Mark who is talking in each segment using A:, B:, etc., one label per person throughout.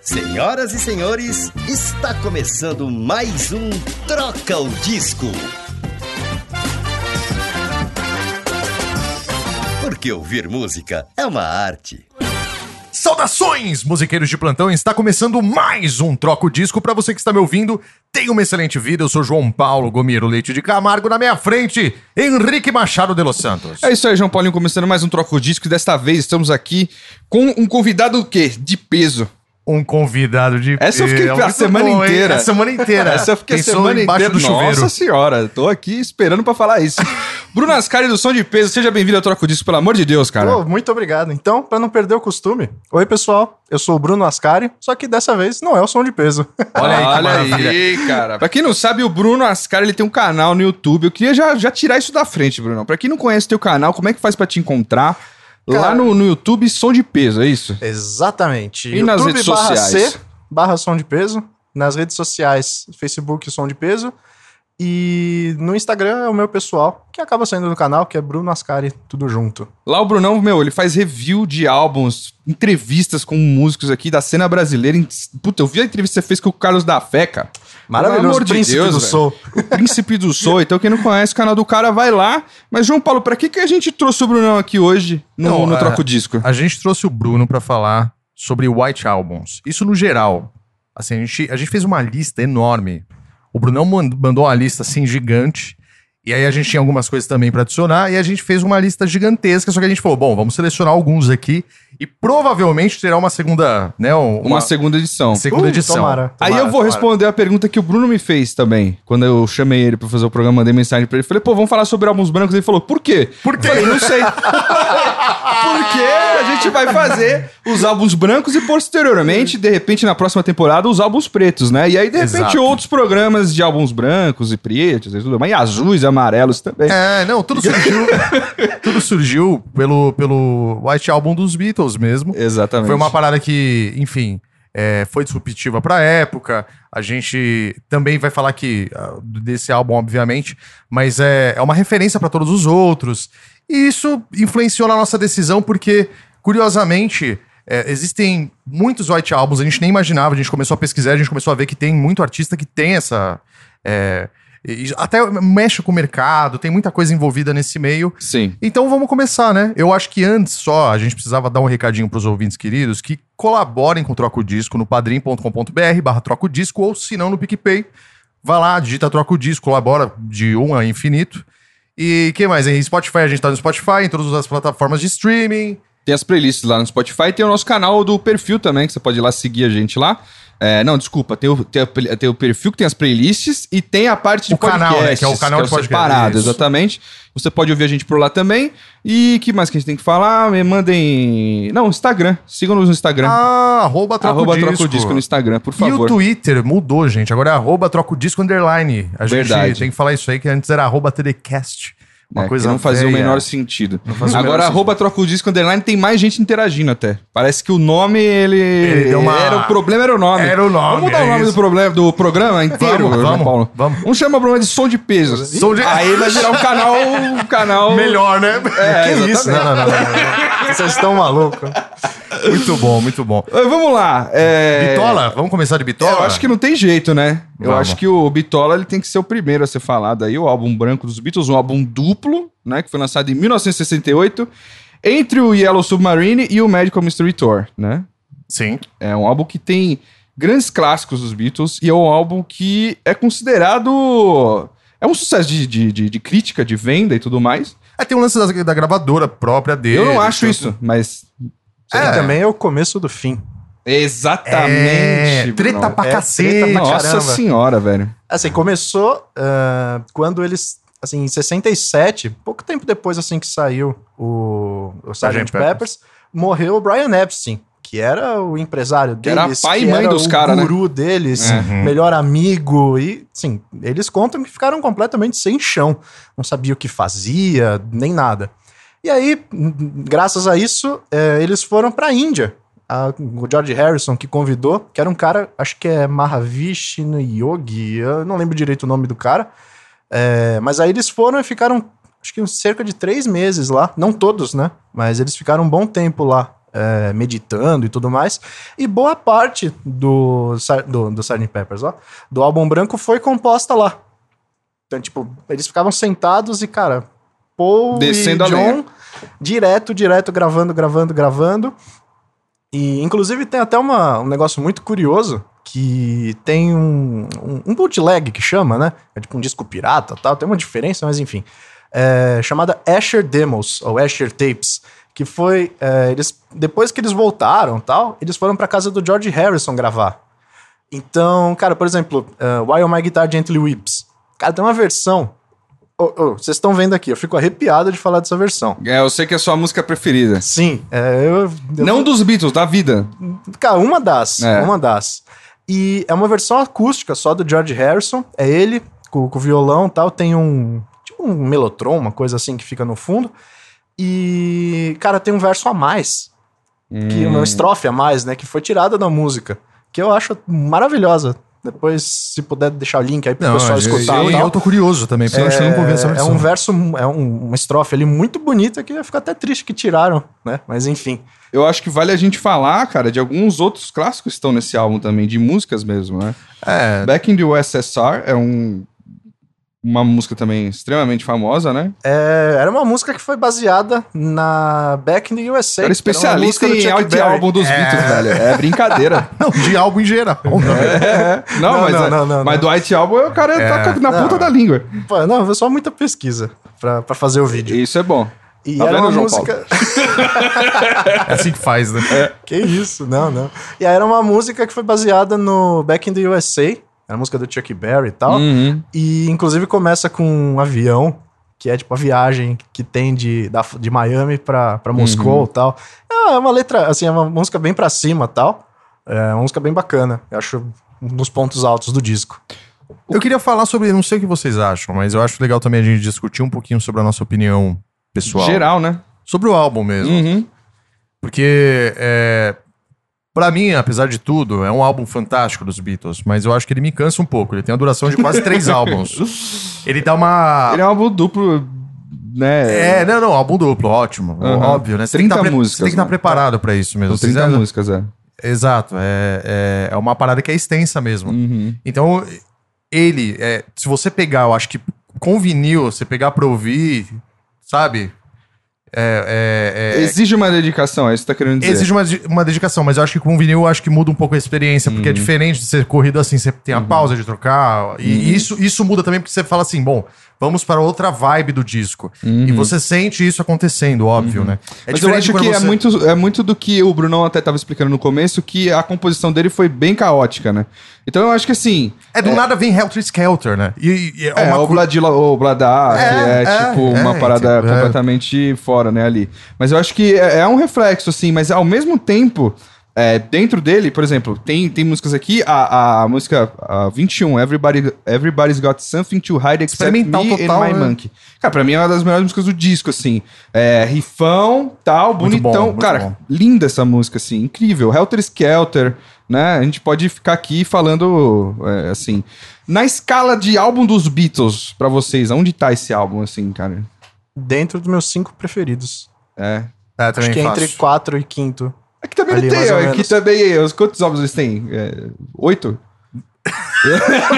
A: Senhoras e senhores, está começando mais um Troca o Disco. Porque ouvir música é uma arte.
B: Saudações, musiqueiros de plantão! Está começando mais um Troco Disco. Para você que está me ouvindo, tenha uma excelente vida. Eu sou João Paulo Gomiro Leite de Camargo. Na minha frente, Henrique Machado de Los Santos.
C: É isso aí, João Paulinho, começando mais um Troco Disco. E desta vez estamos aqui com um convidado o quê? De peso.
B: Um convidado de...
C: Essa eu fiquei
B: É,
C: a
B: muito
C: semana
B: bom, hein?
C: inteira.
B: A semana inteira.
C: Essa eu fiquei a
B: Pensou
C: semana
B: embaixo
C: inteira.
B: do chuveiro.
C: Nossa senhora, tô aqui esperando pra falar isso. Bruno Ascari do Som de Peso, seja bem-vindo ao Troco Disco, pelo amor de Deus, cara.
D: Pô, muito obrigado. Então, pra não perder o costume, oi pessoal, eu sou o Bruno Ascari, só que dessa vez não é o som de peso.
B: Olha aí que maravilha.
C: aí, cara. Pra quem não sabe, o Bruno Ascari, ele tem um canal no YouTube. Eu queria já, já tirar isso da frente, Bruno. Pra quem não conhece o teu canal, como é que faz pra te encontrar? Lá
D: Cara-
C: no, no YouTube, Som de Peso, é isso?
D: Exatamente.
C: E nas redes
D: barra
C: sociais?
D: C, barra som de peso. Nas redes sociais, Facebook, som de peso. E no Instagram é o meu pessoal, que acaba saindo do canal, que é Bruno Ascari, tudo junto.
C: Lá o Brunão, meu, ele faz review de álbuns, entrevistas com músicos aqui da cena brasileira. Puta, eu vi a entrevista que você fez com o Carlos da Fé, cara. Pelo
D: Maravilhoso,
C: amor de
D: príncipe
C: Deus,
D: do
C: velho.
D: Sol.
C: O Príncipe do Sol. Então, quem não conhece o canal do cara, vai lá. Mas, João Paulo, pra que, que a gente trouxe o Brunão aqui hoje no,
B: Não,
C: no
B: é-
C: Troco Disco?
B: A gente trouxe o Bruno pra falar sobre White Albums. Isso no geral. Assim, a gente, a gente fez uma lista enorme. O Brunão mand- mandou uma lista assim gigante. E aí a gente tinha algumas coisas também pra adicionar e a gente fez uma lista gigantesca, só que a gente falou, bom, vamos selecionar alguns aqui e provavelmente terá uma segunda, né, um-
C: Uma segunda edição.
B: segunda
D: Uh,
B: edição.
D: tomara.
C: Aí eu vou
B: tomara.
C: responder a pergunta que o Bruno me fez também. Quando eu chamei ele pra fazer o programa, mandei mensagem pra ele. Falei, pô, vamos falar sobre álbuns brancos. Ele falou, por quê? Por quê? Falei, não sei. Porque a gente vai fazer os álbuns brancos e posteriormente, de repente, na próxima temporada, os álbuns pretos, né? E aí, de repente,
B: Exato.
C: outros programas de álbuns brancos e pretos e tudo mais. E azuis e amarelos também.
B: É, não, tudo surgiu, tudo surgiu pelo, pelo White Album dos Beatles mesmo.
C: Exatamente.
B: Foi uma parada que, enfim, é, foi disruptiva pra época. A gente também vai falar que ah, desse álbum, obviamente, mas é, é uma referência pra todos os outros. E isso influenciou na nossa decisão, porque, curiosamente, é, existem muitos white albums, a gente nem imaginava, a gente começou a pesquisar, a gente começou a ver que tem muito artista que tem essa. é, e- e até mexe com o mercado, tem muita coisa envolvida nesse meio.
C: Sim.
B: Então vamos começar, né? Eu acho que antes só a gente precisava dar um recadinho pros ouvintes queridos que colaborem com o Troco Disco no padrim.com.br barra Troco Disco ou se não no PicPay. Vai lá, digita Troco Disco, colabora de 1 a infinito. E que mais, hein? Spotify, a gente tá no Spotify, em todas as plataformas de streaming.
C: Tem as playlists lá no Spotify, tem o nosso canal do perfil também, que você pode ir lá seguir a gente lá. É, não, desculpa, tem o, tem, a pl- tem o perfil que tem as playlists e tem a parte de
B: O canal, né, que é o canal de podcast,
C: separado,
B: isso.
C: exatamente. Você pode ouvir a gente por lá também. E que mais que a gente tem que falar? Me mandem... Não, Instagram. Sigam-nos no Instagram.
B: Ah, arroba Troco
C: Arroba
B: Disco.
C: Troca o Disco no Instagram, por
B: E o
C: favor.
B: Twitter mudou, gente. Agora é arroba Troco Disco Underline. A gente
C: Verdade.
B: tem que falar isso aí, que antes era arroba TDCast. Uma
C: né, que
B: coisa
C: não fazia o
B: velha.
C: menor sentido.
B: fazia o
C: Agora,
B: menor
C: arroba troca o disco underline, tem mais gente interagindo até. Parece que o nome, ele...
B: deu uma-
C: Era o problema, era o nome.
B: Era o nome,
C: Vamos mudar
B: é
C: o nome
B: isso.
C: do, problema, do programa inteiro,
B: Vamos,
C: João
B: vamos,
C: Paulo.
B: vamos.
C: Um chama o programa de som de peso.
B: Som de-
C: Aí vai virar um canal... Um canal...
B: Melhor, né?
C: É,
D: que isso? Não, não, não. não, não. Vocês estão malucos.
B: Muito bom, muito bom.
C: Eh, Vamos lá. é-
B: Bitola? Vamos começar de Bitola?
C: Eu acho que não tem jeito, né? Eu
B: Vamos.
C: acho que o Bitola ele tem que ser o primeiro a ser falado aí, o álbum branco dos Beatles, um álbum duplo, né? Que foi lançado em 1968, entre o Yellow Submarine e o Magical Mystery Tour, né?
B: Sim.
C: É um álbum que tem grandes clássicos dos Beatles e é um álbum que é considerado. É um sucesso de, de, de- de crítica, de venda e tudo mais.
B: Ah, tem um lance da, da gravadora própria dele.
C: Eu não acho
B: tem-
C: isso, mas.
D: E também é o começo do fim.
B: É,
C: Exatamente.
B: treta
C: Bruno.
B: pra
D: É,
B: cacete.
D: treta pra
C: Nossa
D: caramba.
C: senhora, velho.
D: Assim, começou ah, quando eles, assim, em 67, pouco tempo depois, assim, que saiu o, o Sgt.
B: Sgt.
D: Peppers, morreu o Brian Epstein, que era o empresário
C: Que
D: deles.
C: era pai e mãe
D: era
C: dos
D: o
C: cara, né?
D: guru deles,
C: É.
B: Uhum.
D: melhor amigo, e, assim, eles contam que ficaram completamente sem chão. Não sabia o que fazia, nem nada. E aí, n- n- graças a isso, eh, eles foram pra Índia. A- o George Harrison que convidou, que era um cara, acho que é Mahavishnu Yogi, eu não lembro direito o nome do cara. É, mas aí eles foram e ficaram, acho que uns cerca de três meses lá. Não todos, né? Mas eles ficaram um bom tempo lá. é, meditando e tudo mais. E boa parte do, Sar- do, do Sgt. Peppers, ó, do álbum branco foi composta lá. Então, tipo, eles ficavam sentados e, cara, Paul
C: Descendo a
D: e John,
C: lenha.
D: direto, direto, gravando, gravando, gravando. E, inclusive, tem até uma, um negócio muito curioso, que tem um, um, um bootleg que chama, né? É tipo um disco pirata tal, tem uma diferença, mas enfim. É, chamada Asher Demos, ou Asher Tapes, que foi, é, eles, depois que eles voltaram tal, eles foram pra casa do George Harrison gravar. Então, cara, por exemplo, eh, While My Guitar Gently Weeps. Cara, tem uma versão. Ô, ô, Vocês estão vendo aqui, eu fico arrepiado de falar dessa versão.
C: É, eu sei que é a sua música preferida.
D: Sim, eh, eu, eu-
C: Não dos Beatles, da vida.
D: Cara, uma das.
C: É.
D: Uma das. E é uma versão acústica só do George Harrison. É ele, com, com violão e tal. Tem um. Tipo um melotron, uma coisa assim que fica no fundo. E, cara, tem um verso a mais. Que,
C: Hum.
D: Uma estrofe a mais, né? Que foi tirada da música. Que eu acho maravilhosa. Depois, se puder deixar o link aí pro
B: Não,
D: pessoal
B: eu,
D: escutar.
B: eu,
D: e tal.
B: eu tô curioso também, porque eu acho que eu não vou ver essa
D: É
B: versão.
D: um verso, é um- uma estrofe ali muito bonita que eu fico até triste que tiraram, né? Mas enfim.
C: Eu acho que vale a gente falar, cara, de alguns outros clássicos que estão nesse álbum também, de músicas mesmo, né?
B: É,
C: Back in the USSR é um, uma música também extremamente famosa, né?
D: É, era uma música que foi baseada na Back in the USA.
C: Era
D: que uma
C: especialista
D: música do
C: em
D: Chuck
C: arte
D: Berry.
C: álbum dos Beatles, velho. É brincadeira. É.
B: não, de álbum em geral. né?
C: Não,
D: Não,
C: mas,
D: não,
C: é-
D: não,
C: mas
D: não, não. É.
C: do White Album o cara tá na
D: Não.
C: ponta da língua.
D: Pô, Não, foi só muita pesquisa pra, pra fazer o vídeo.
C: Isso é bom.
D: E
C: tá
D: era
C: vendo,
D: uma
C: João
D: música.
B: É assim que faz, né?
D: que isso, não, não. E aí era uma música que foi baseada no Back in the USA. Era a música do Chuck Berry e tal.
C: Uhum.
D: E inclusive começa com um avião, que é tipo a viagem que tem de, da- de Miami pra, pra Moscou e tal. É uma letra, assim, é uma música bem pra cima e tal. É uma música bem bacana. Eu acho um dos pontos altos do disco.
B: Eu queria falar sobre, não sei o que vocês acham, mas eu acho legal também a gente discutir um pouquinho sobre a nossa opinião pessoal.
C: Geral, né?
B: Sobre o álbum mesmo.
C: Uhum.
B: Porque, é, para mim, apesar de tudo, é um álbum fantástico dos Beatles, mas eu acho que ele me cansa um pouco. Ele tem a duração de quase três álbuns. Ele dá uma.
C: Ele é um álbum duplo, né?
B: É, não, não, álbum duplo, ótimo.
C: Aham.
B: Óbvio, né? Você tem que
C: 30
B: tá pre-
C: músicas,
B: Você tem que estar
C: né?
B: preparado pra isso mesmo.
C: São 30
B: Você-
C: músicas, é.
B: Exato, é, é, é uma parada que é extensa mesmo.
C: Uhum.
B: Então, ele, é, se você pegar, eu acho que com vinil, você pegar pra ouvir, sabe? É, é, é,
C: Exige uma dedicação, é isso que tá querendo dizer.
B: Exige uma, de- uma dedicação, mas eu acho que com vinil eu acho que muda um pouco a experiência,
C: Uhum.
B: porque é diferente de ser corrido assim, você tem a pausa de trocar. E
C: Uhum.
B: isso, isso muda também porque você fala assim, bom, vamos para outra vibe do disco. E você sente isso acontecendo, óbvio, né? É
C: Uhum. Mas eu acho
B: quando
C: que é,
B: você-
C: muito, é muito do que o Brunão até tava explicando no começo, que a composição dele foi bem caótica, né? Então eu acho que assim,
B: É do nada vem Helter Skelter, né? E, e é
C: é,
B: uma
C: o
B: co-
C: Bladila, o Bladar,
B: É,
C: que é,
B: é,
C: tipo
B: é,
C: uma parada
B: tipo, é.
C: completamente fora, né, ali. Mas eu acho que é, é um reflexo, assim, mas ao mesmo tempo, é, dentro dele, por exemplo, tem, tem músicas aqui, a, a música a 21, Everybody, Everybody's Got Something to Hide Except Me
B: Experimental total,
C: and My
B: né?
C: Monkey. Cara, pra mim é uma das melhores músicas do disco, assim. É, rifão, tal,
B: Muito
C: bonitão.
B: bom, muito
C: Cara,
B: bom.
C: linda essa música, assim, incrível. Helter Skelter, né? A gente pode ficar aqui falando, é, assim... Na escala de álbum dos Beatles, pra vocês, onde tá esse álbum, assim, cara?
D: Dentro dos meus cinco preferidos.
C: É.
B: É, também
D: Acho que é
B: fácil.
D: entre quatro e quinto.
C: Aqui também
D: Ali,
C: não tem,
D: mais ou
C: ó, aqui
D: menos.
C: também... é, Os, quantos álbuns eles têm? É, oito?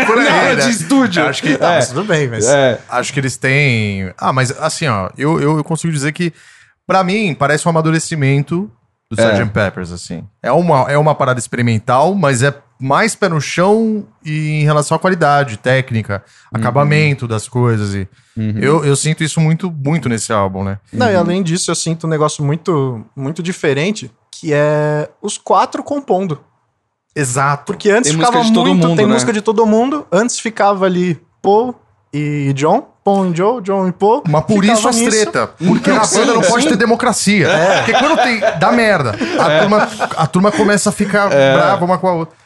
B: Por aí,
C: Não,
B: né?
C: de estúdio.
B: Acho que-
D: Tá,
C: É,
D: mas tudo bem, mas.
C: é.
B: Acho que eles têm. Ah, mas assim, ó, eu, eu, eu consigo dizer que, pra mim, parece um amadurecimento do
C: É.
B: Sgt. Peppers, assim. É uma, é uma parada experimental, mas é mais pé no chão e em relação à qualidade técnica, acabamento das coisas. E
C: Uhum.
B: eu, eu sinto isso muito, muito nesse álbum, né?
D: Não, e além disso, eu sinto um negócio muito, muito diferente, que é os quatro compondo.
B: Exato.
D: Porque antes
C: Tem música
D: ficava
C: de todo
D: muito,
C: mundo,
D: tem
C: né?
D: música de todo mundo. Antes ficava ali Paul e John, Paul e Joe, John e Paul.
B: Mas por
D: Ficava
B: isso as
D: nisso.
B: treta. Porque na
C: Sim,
B: banda não pode
C: sim.
B: ter democracia. Porque quando tem. dá merda. A, turma, a turma começa a ficar brava uma com a outra.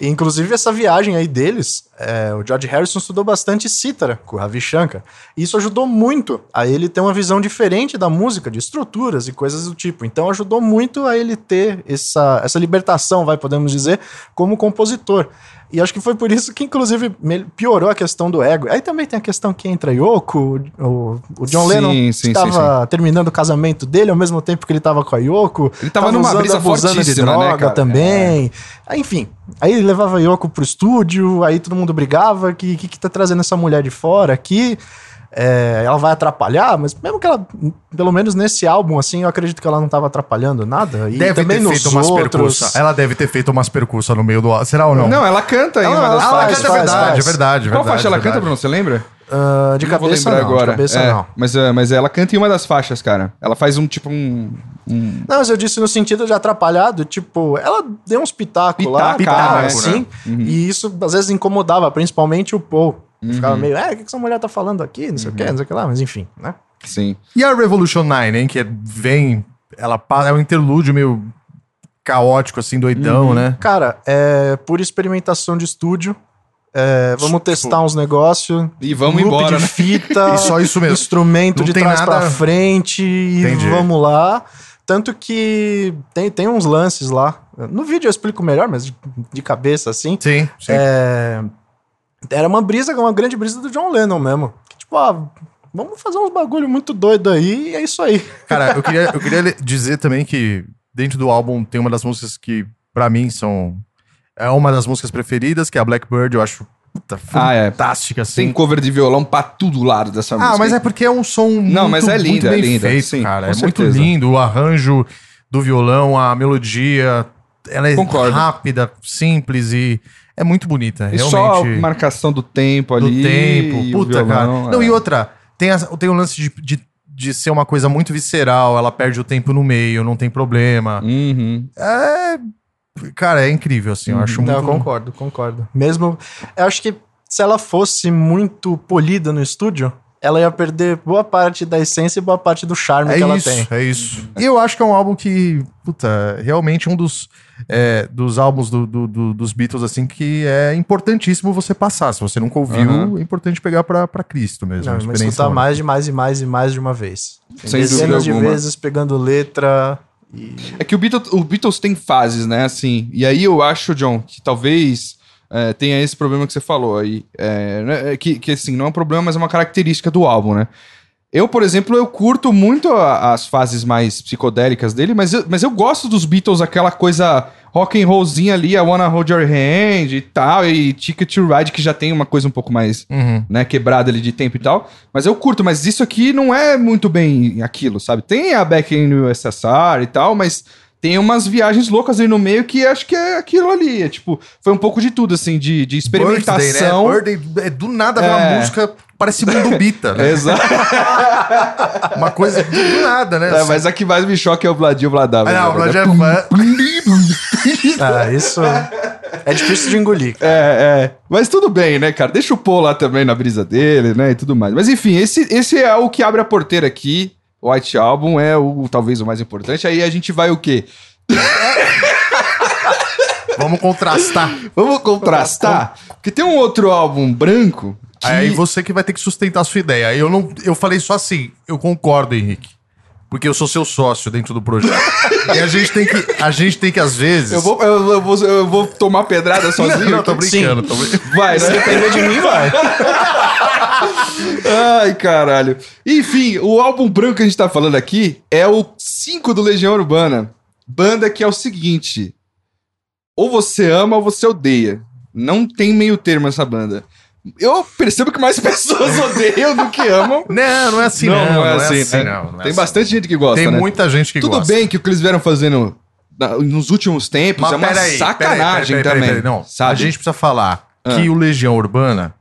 D: E, Inclusive, essa viagem aí deles, é, o George Harrison estudou bastante cítara com o Ravi Shankar. E isso ajudou muito a ele ter uma visão diferente da música, de estruturas e coisas do tipo. Então, ajudou muito a ele ter essa, essa libertação, vai, podemos dizer, como compositor. E acho que foi por isso que, inclusive, me- piorou a questão do ego. Aí também tem a questão que entra Yoko, o, o John
C: Sim,
D: Lennon
C: sim, sim,
D: estava terminando o casamento dele ao mesmo tempo que ele estava com a Yoko.
C: Ele tava numa
D: usando-
C: brisa
D: abusando de
C: fortíssima, né,
D: droga
C: cara?
D: também. Aí, enfim, aí ele levava a Yoko pro estúdio, aí todo mundo brigava, que que, que tá trazendo essa mulher de fora aqui? É, ela vai atrapalhar, mas mesmo que ela, pelo menos nesse álbum, assim, eu acredito que ela não tava atrapalhando nada. E
B: Deve
D: também
B: ter
D: nos
B: feito umas
D: outros...
B: percussas. Ela deve ter feito umas percussas no meio do. álbum. Será ou não?
C: Não, ela canta ainda.
D: Ela- ela
B: Ah,
D: faz,
B: canta, é
D: faz,
B: verdade,
D: faz.
B: é verdade.
C: Qual
B: verdade,
C: faixa ela canta,
B: verdade.
C: Bruno? Você lembra?
D: Ah, de,
C: Não vou
D: cabeça
C: lembrar
D: não,
C: agora.
D: de cabeça
C: É,
D: não.
C: Mas, é, mas ela canta em uma das faixas, cara. Ela faz um tipo um. um-
D: Não, mas eu disse no sentido de atrapalhado, tipo, ela deu uns pitacos lá,
C: Pitaco, Uhum.
D: tal,
B: né?
D: assim, e isso às vezes incomodava, principalmente o Paul. Ele Ficava
C: Uhum.
D: meio, é, o que que essa mulher tá falando aqui, não sei o que, não sei o que lá, mas enfim, né?
C: Sim.
B: E a Revolution 9, hein? Que é- vem. Ela pa- é um interlúdio meio caótico, assim,
D: Uhum.
B: doidão, né?
D: Cara, é por experimentação de estúdio, é,
B: Tipo,
D: vamos testar uns negócios,
C: E
B: Um
C: vamos
D: loop
C: embora,
D: de
C: né?
D: fita,
B: E só isso mesmo.
D: instrumento
B: Não
D: de
B: tem
D: trás
B: nada-
D: pra frente e
B: Entendi.
D: vamos lá. Tanto que tem, tem uns lances lá. No vídeo eu explico melhor, mas de- de cabeça assim.
B: Sim, sim.
D: É, era uma brisa, uma grande brisa do John Lennon mesmo. Que, tipo, ah, vamos fazer uns bagulho muito doido aí e é isso aí.
B: Cara, eu queria, eu queria le- dizer também que dentro do álbum tem uma das músicas que, pra mim, são. É uma das músicas preferidas, que é a Blackbird, eu acho puta,
C: Ah, é.
B: fantástica, assim.
C: Tem cover de violão pra todo lado dessa música.
B: Ah, mas é porque é um som muito,
C: Não, mas é
B: muito
C: linda, é
B: bem
C: linda,
B: feito,
C: sim,
B: cara.
C: com
B: É muito
C: certeza.
B: lindo o arranjo do violão, a melodia. Ela é
C: Concordo.
B: rápida, simples e é muito bonita.
C: E
B: realmente.
C: só a marcação do tempo
B: do
C: ali.
B: tempo.
C: e o
B: Puta,
C: violão,
B: cara.
C: é.
B: Não, e outra, tem, as- tem o lance de, de, de ser uma coisa muito visceral, ela perde o tempo no meio, não tem problema.
C: Uhum.
B: É. Cara, é incrível, assim. Eu acho
D: Não, eu
B: muito.
D: concordo, concordo. Mesmo. Eu acho que se ela fosse muito polida no estúdio, ela ia perder boa parte da essência e boa parte do charme
B: É
D: que ela
B: isso,
D: tem.
B: é isso. E eu acho que é um álbum que, puta, realmente um dos, é, dos álbuns do- do- do- dos Beatles, assim, que é importantíssimo você passar. Se você nunca ouviu,
C: Aham.
B: é importante pegar pra, pra Cristo mesmo.
D: Não,
B: uma
D: mas
B: experiência
D: escutar
B: única.
D: mais de mais e mais e mais de uma vez.
C: Sem dúvida
D: Dezenas de
C: alguma.
D: vezes pegando letra e.
C: É que o Beatles, o Beatles tem fases, né? Assim, e aí eu acho, John, que talvez é, tenha esse problema que você falou aí. É, né, é que, que, assim, não é um problema, mas é uma característica do álbum, né? Eu, por exemplo, eu curto muito a- as fases mais psicodélicas dele, mas eu, mas eu gosto dos Beatles, aquela coisa rock and rollzinha ali, a Wanna Hold Your Hand e tal, e Ticket to Ride, que já tem uma coisa um pouco mais
B: Uhum.
C: né, quebrada ali de tempo e tal. Mas eu curto, mas isso aqui não é muito bem aquilo, sabe? Tem a Back in USSR e tal, mas tem umas viagens loucas ali no meio que acho que é aquilo ali. É, tipo, foi um pouco de tudo, assim, de, de experimentação.
B: Birthday, né? Birthday, é, do nada vem
C: É.
B: uma música, parece mundo bita, né?
C: Exato.
B: Uma coisa de- do nada, né?
C: É, mas a que mais me choca é o Vladio Vladá.
B: Ah, não, é
C: velho.
B: mas já-
D: Ah, isso é difícil de engolir. cara.
C: É, é. Mas tudo bem, né, cara? Deixa o Paul lá também na brisa dele, né? E tudo mais. Mas enfim, esse, esse é o que abre a porteira aqui. White Album é o talvez o mais importante. Aí a gente vai o quê?
B: Vamos contrastar.
C: Vamos contrastar? Porque tem um outro álbum branco. que-
B: Aí você que vai ter que sustentar a sua ideia. Eu não, eu falei só assim, eu concordo, Henrique. Porque eu sou seu sócio dentro do projeto. e a gente tem que, a gente tem que às vezes
C: Eu vou, eu, eu vou, eu vou tomar pedrada sozinho?
B: Não, não, tô
C: aqui?
B: brincando, tô brincando.
C: Sim. Vai, né?
D: Depender de mim, vai.
C: Ai, caralho. Enfim, o álbum branco que a gente tá falando aqui é o 5 do Legião Urbana. Banda que é o seguinte: ou você ama ou você odeia. Não tem meio termo essa banda. Eu percebo que mais pessoas odeiam do que amam.
B: Não, não é assim, não. Não, é, assim,
C: né?
B: não. não é
C: Tem
B: assim.
C: bastante gente que gosta,
B: Tem
C: né?
B: muita gente que
C: Tudo
B: gosta.
C: bem que o que eles vieram fazendo na- nos últimos tempos é uma
B: peraí,
C: sacanagem
B: peraí, peraí, peraí,
C: também.
B: peraí, não,
C: sabe?
B: a gente precisa falar
C: Ah.
B: que o Legião Urbana.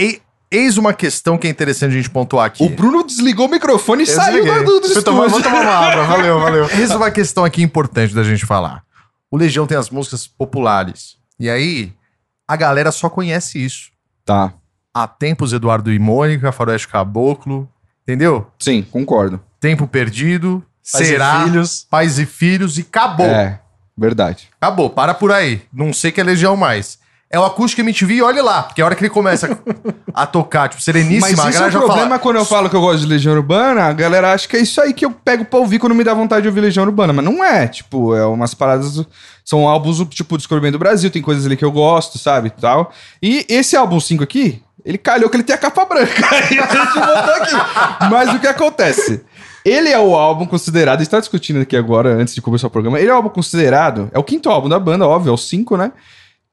B: E, eis uma questão que é interessante a gente pontuar aqui.
C: O Bruno desligou o microfone e
D: Eu
C: saiu
D: desliguei.
C: do, do, do
D: Fui tomar- Vou
C: estúdio.
D: tomar uma água, valeu, valeu.
B: Essa é uma questão aqui importante da gente falar. O Legião tem as músicas populares. E aí, a galera só conhece isso.
C: Tá,
B: Há tempos Eduardo e Mônica, Faroeste Caboclo, entendeu?
C: sim, concordo.
B: Tempo Perdido,
D: Pais e
B: Será,
D: Filhos.
B: Pais e Filhos e acabou.
C: É, verdade.
B: Acabou, para por aí. Não sei que é Legião mais. É o acústico MTV e olha lá. Porque a hora que ele começa a tocar, tipo,
C: Mas
B: sereníssima, a
C: isso é
B: galera
C: um
B: já
C: problema
B: fala.
C: quando eu falo que eu gosto de Legião Urbana, a galera acha que é isso aí que eu pego pra ouvir quando me dá vontade de ouvir Legião Urbana, mas não é, tipo, é umas paradas, são álbuns tipo Descobrimento do Brasil, tem coisas ali que eu gosto, sabe, e tal. E esse álbum 5 aqui, ele calhou que ele tem a capa branca, aí a gente botou aqui. Mas o que acontece? Ele é o álbum considerado, a gente tá discutindo aqui agora, antes de começar o programa, ele é o álbum considerado, é o quinto álbum da banda, óbvio, é o 5, né?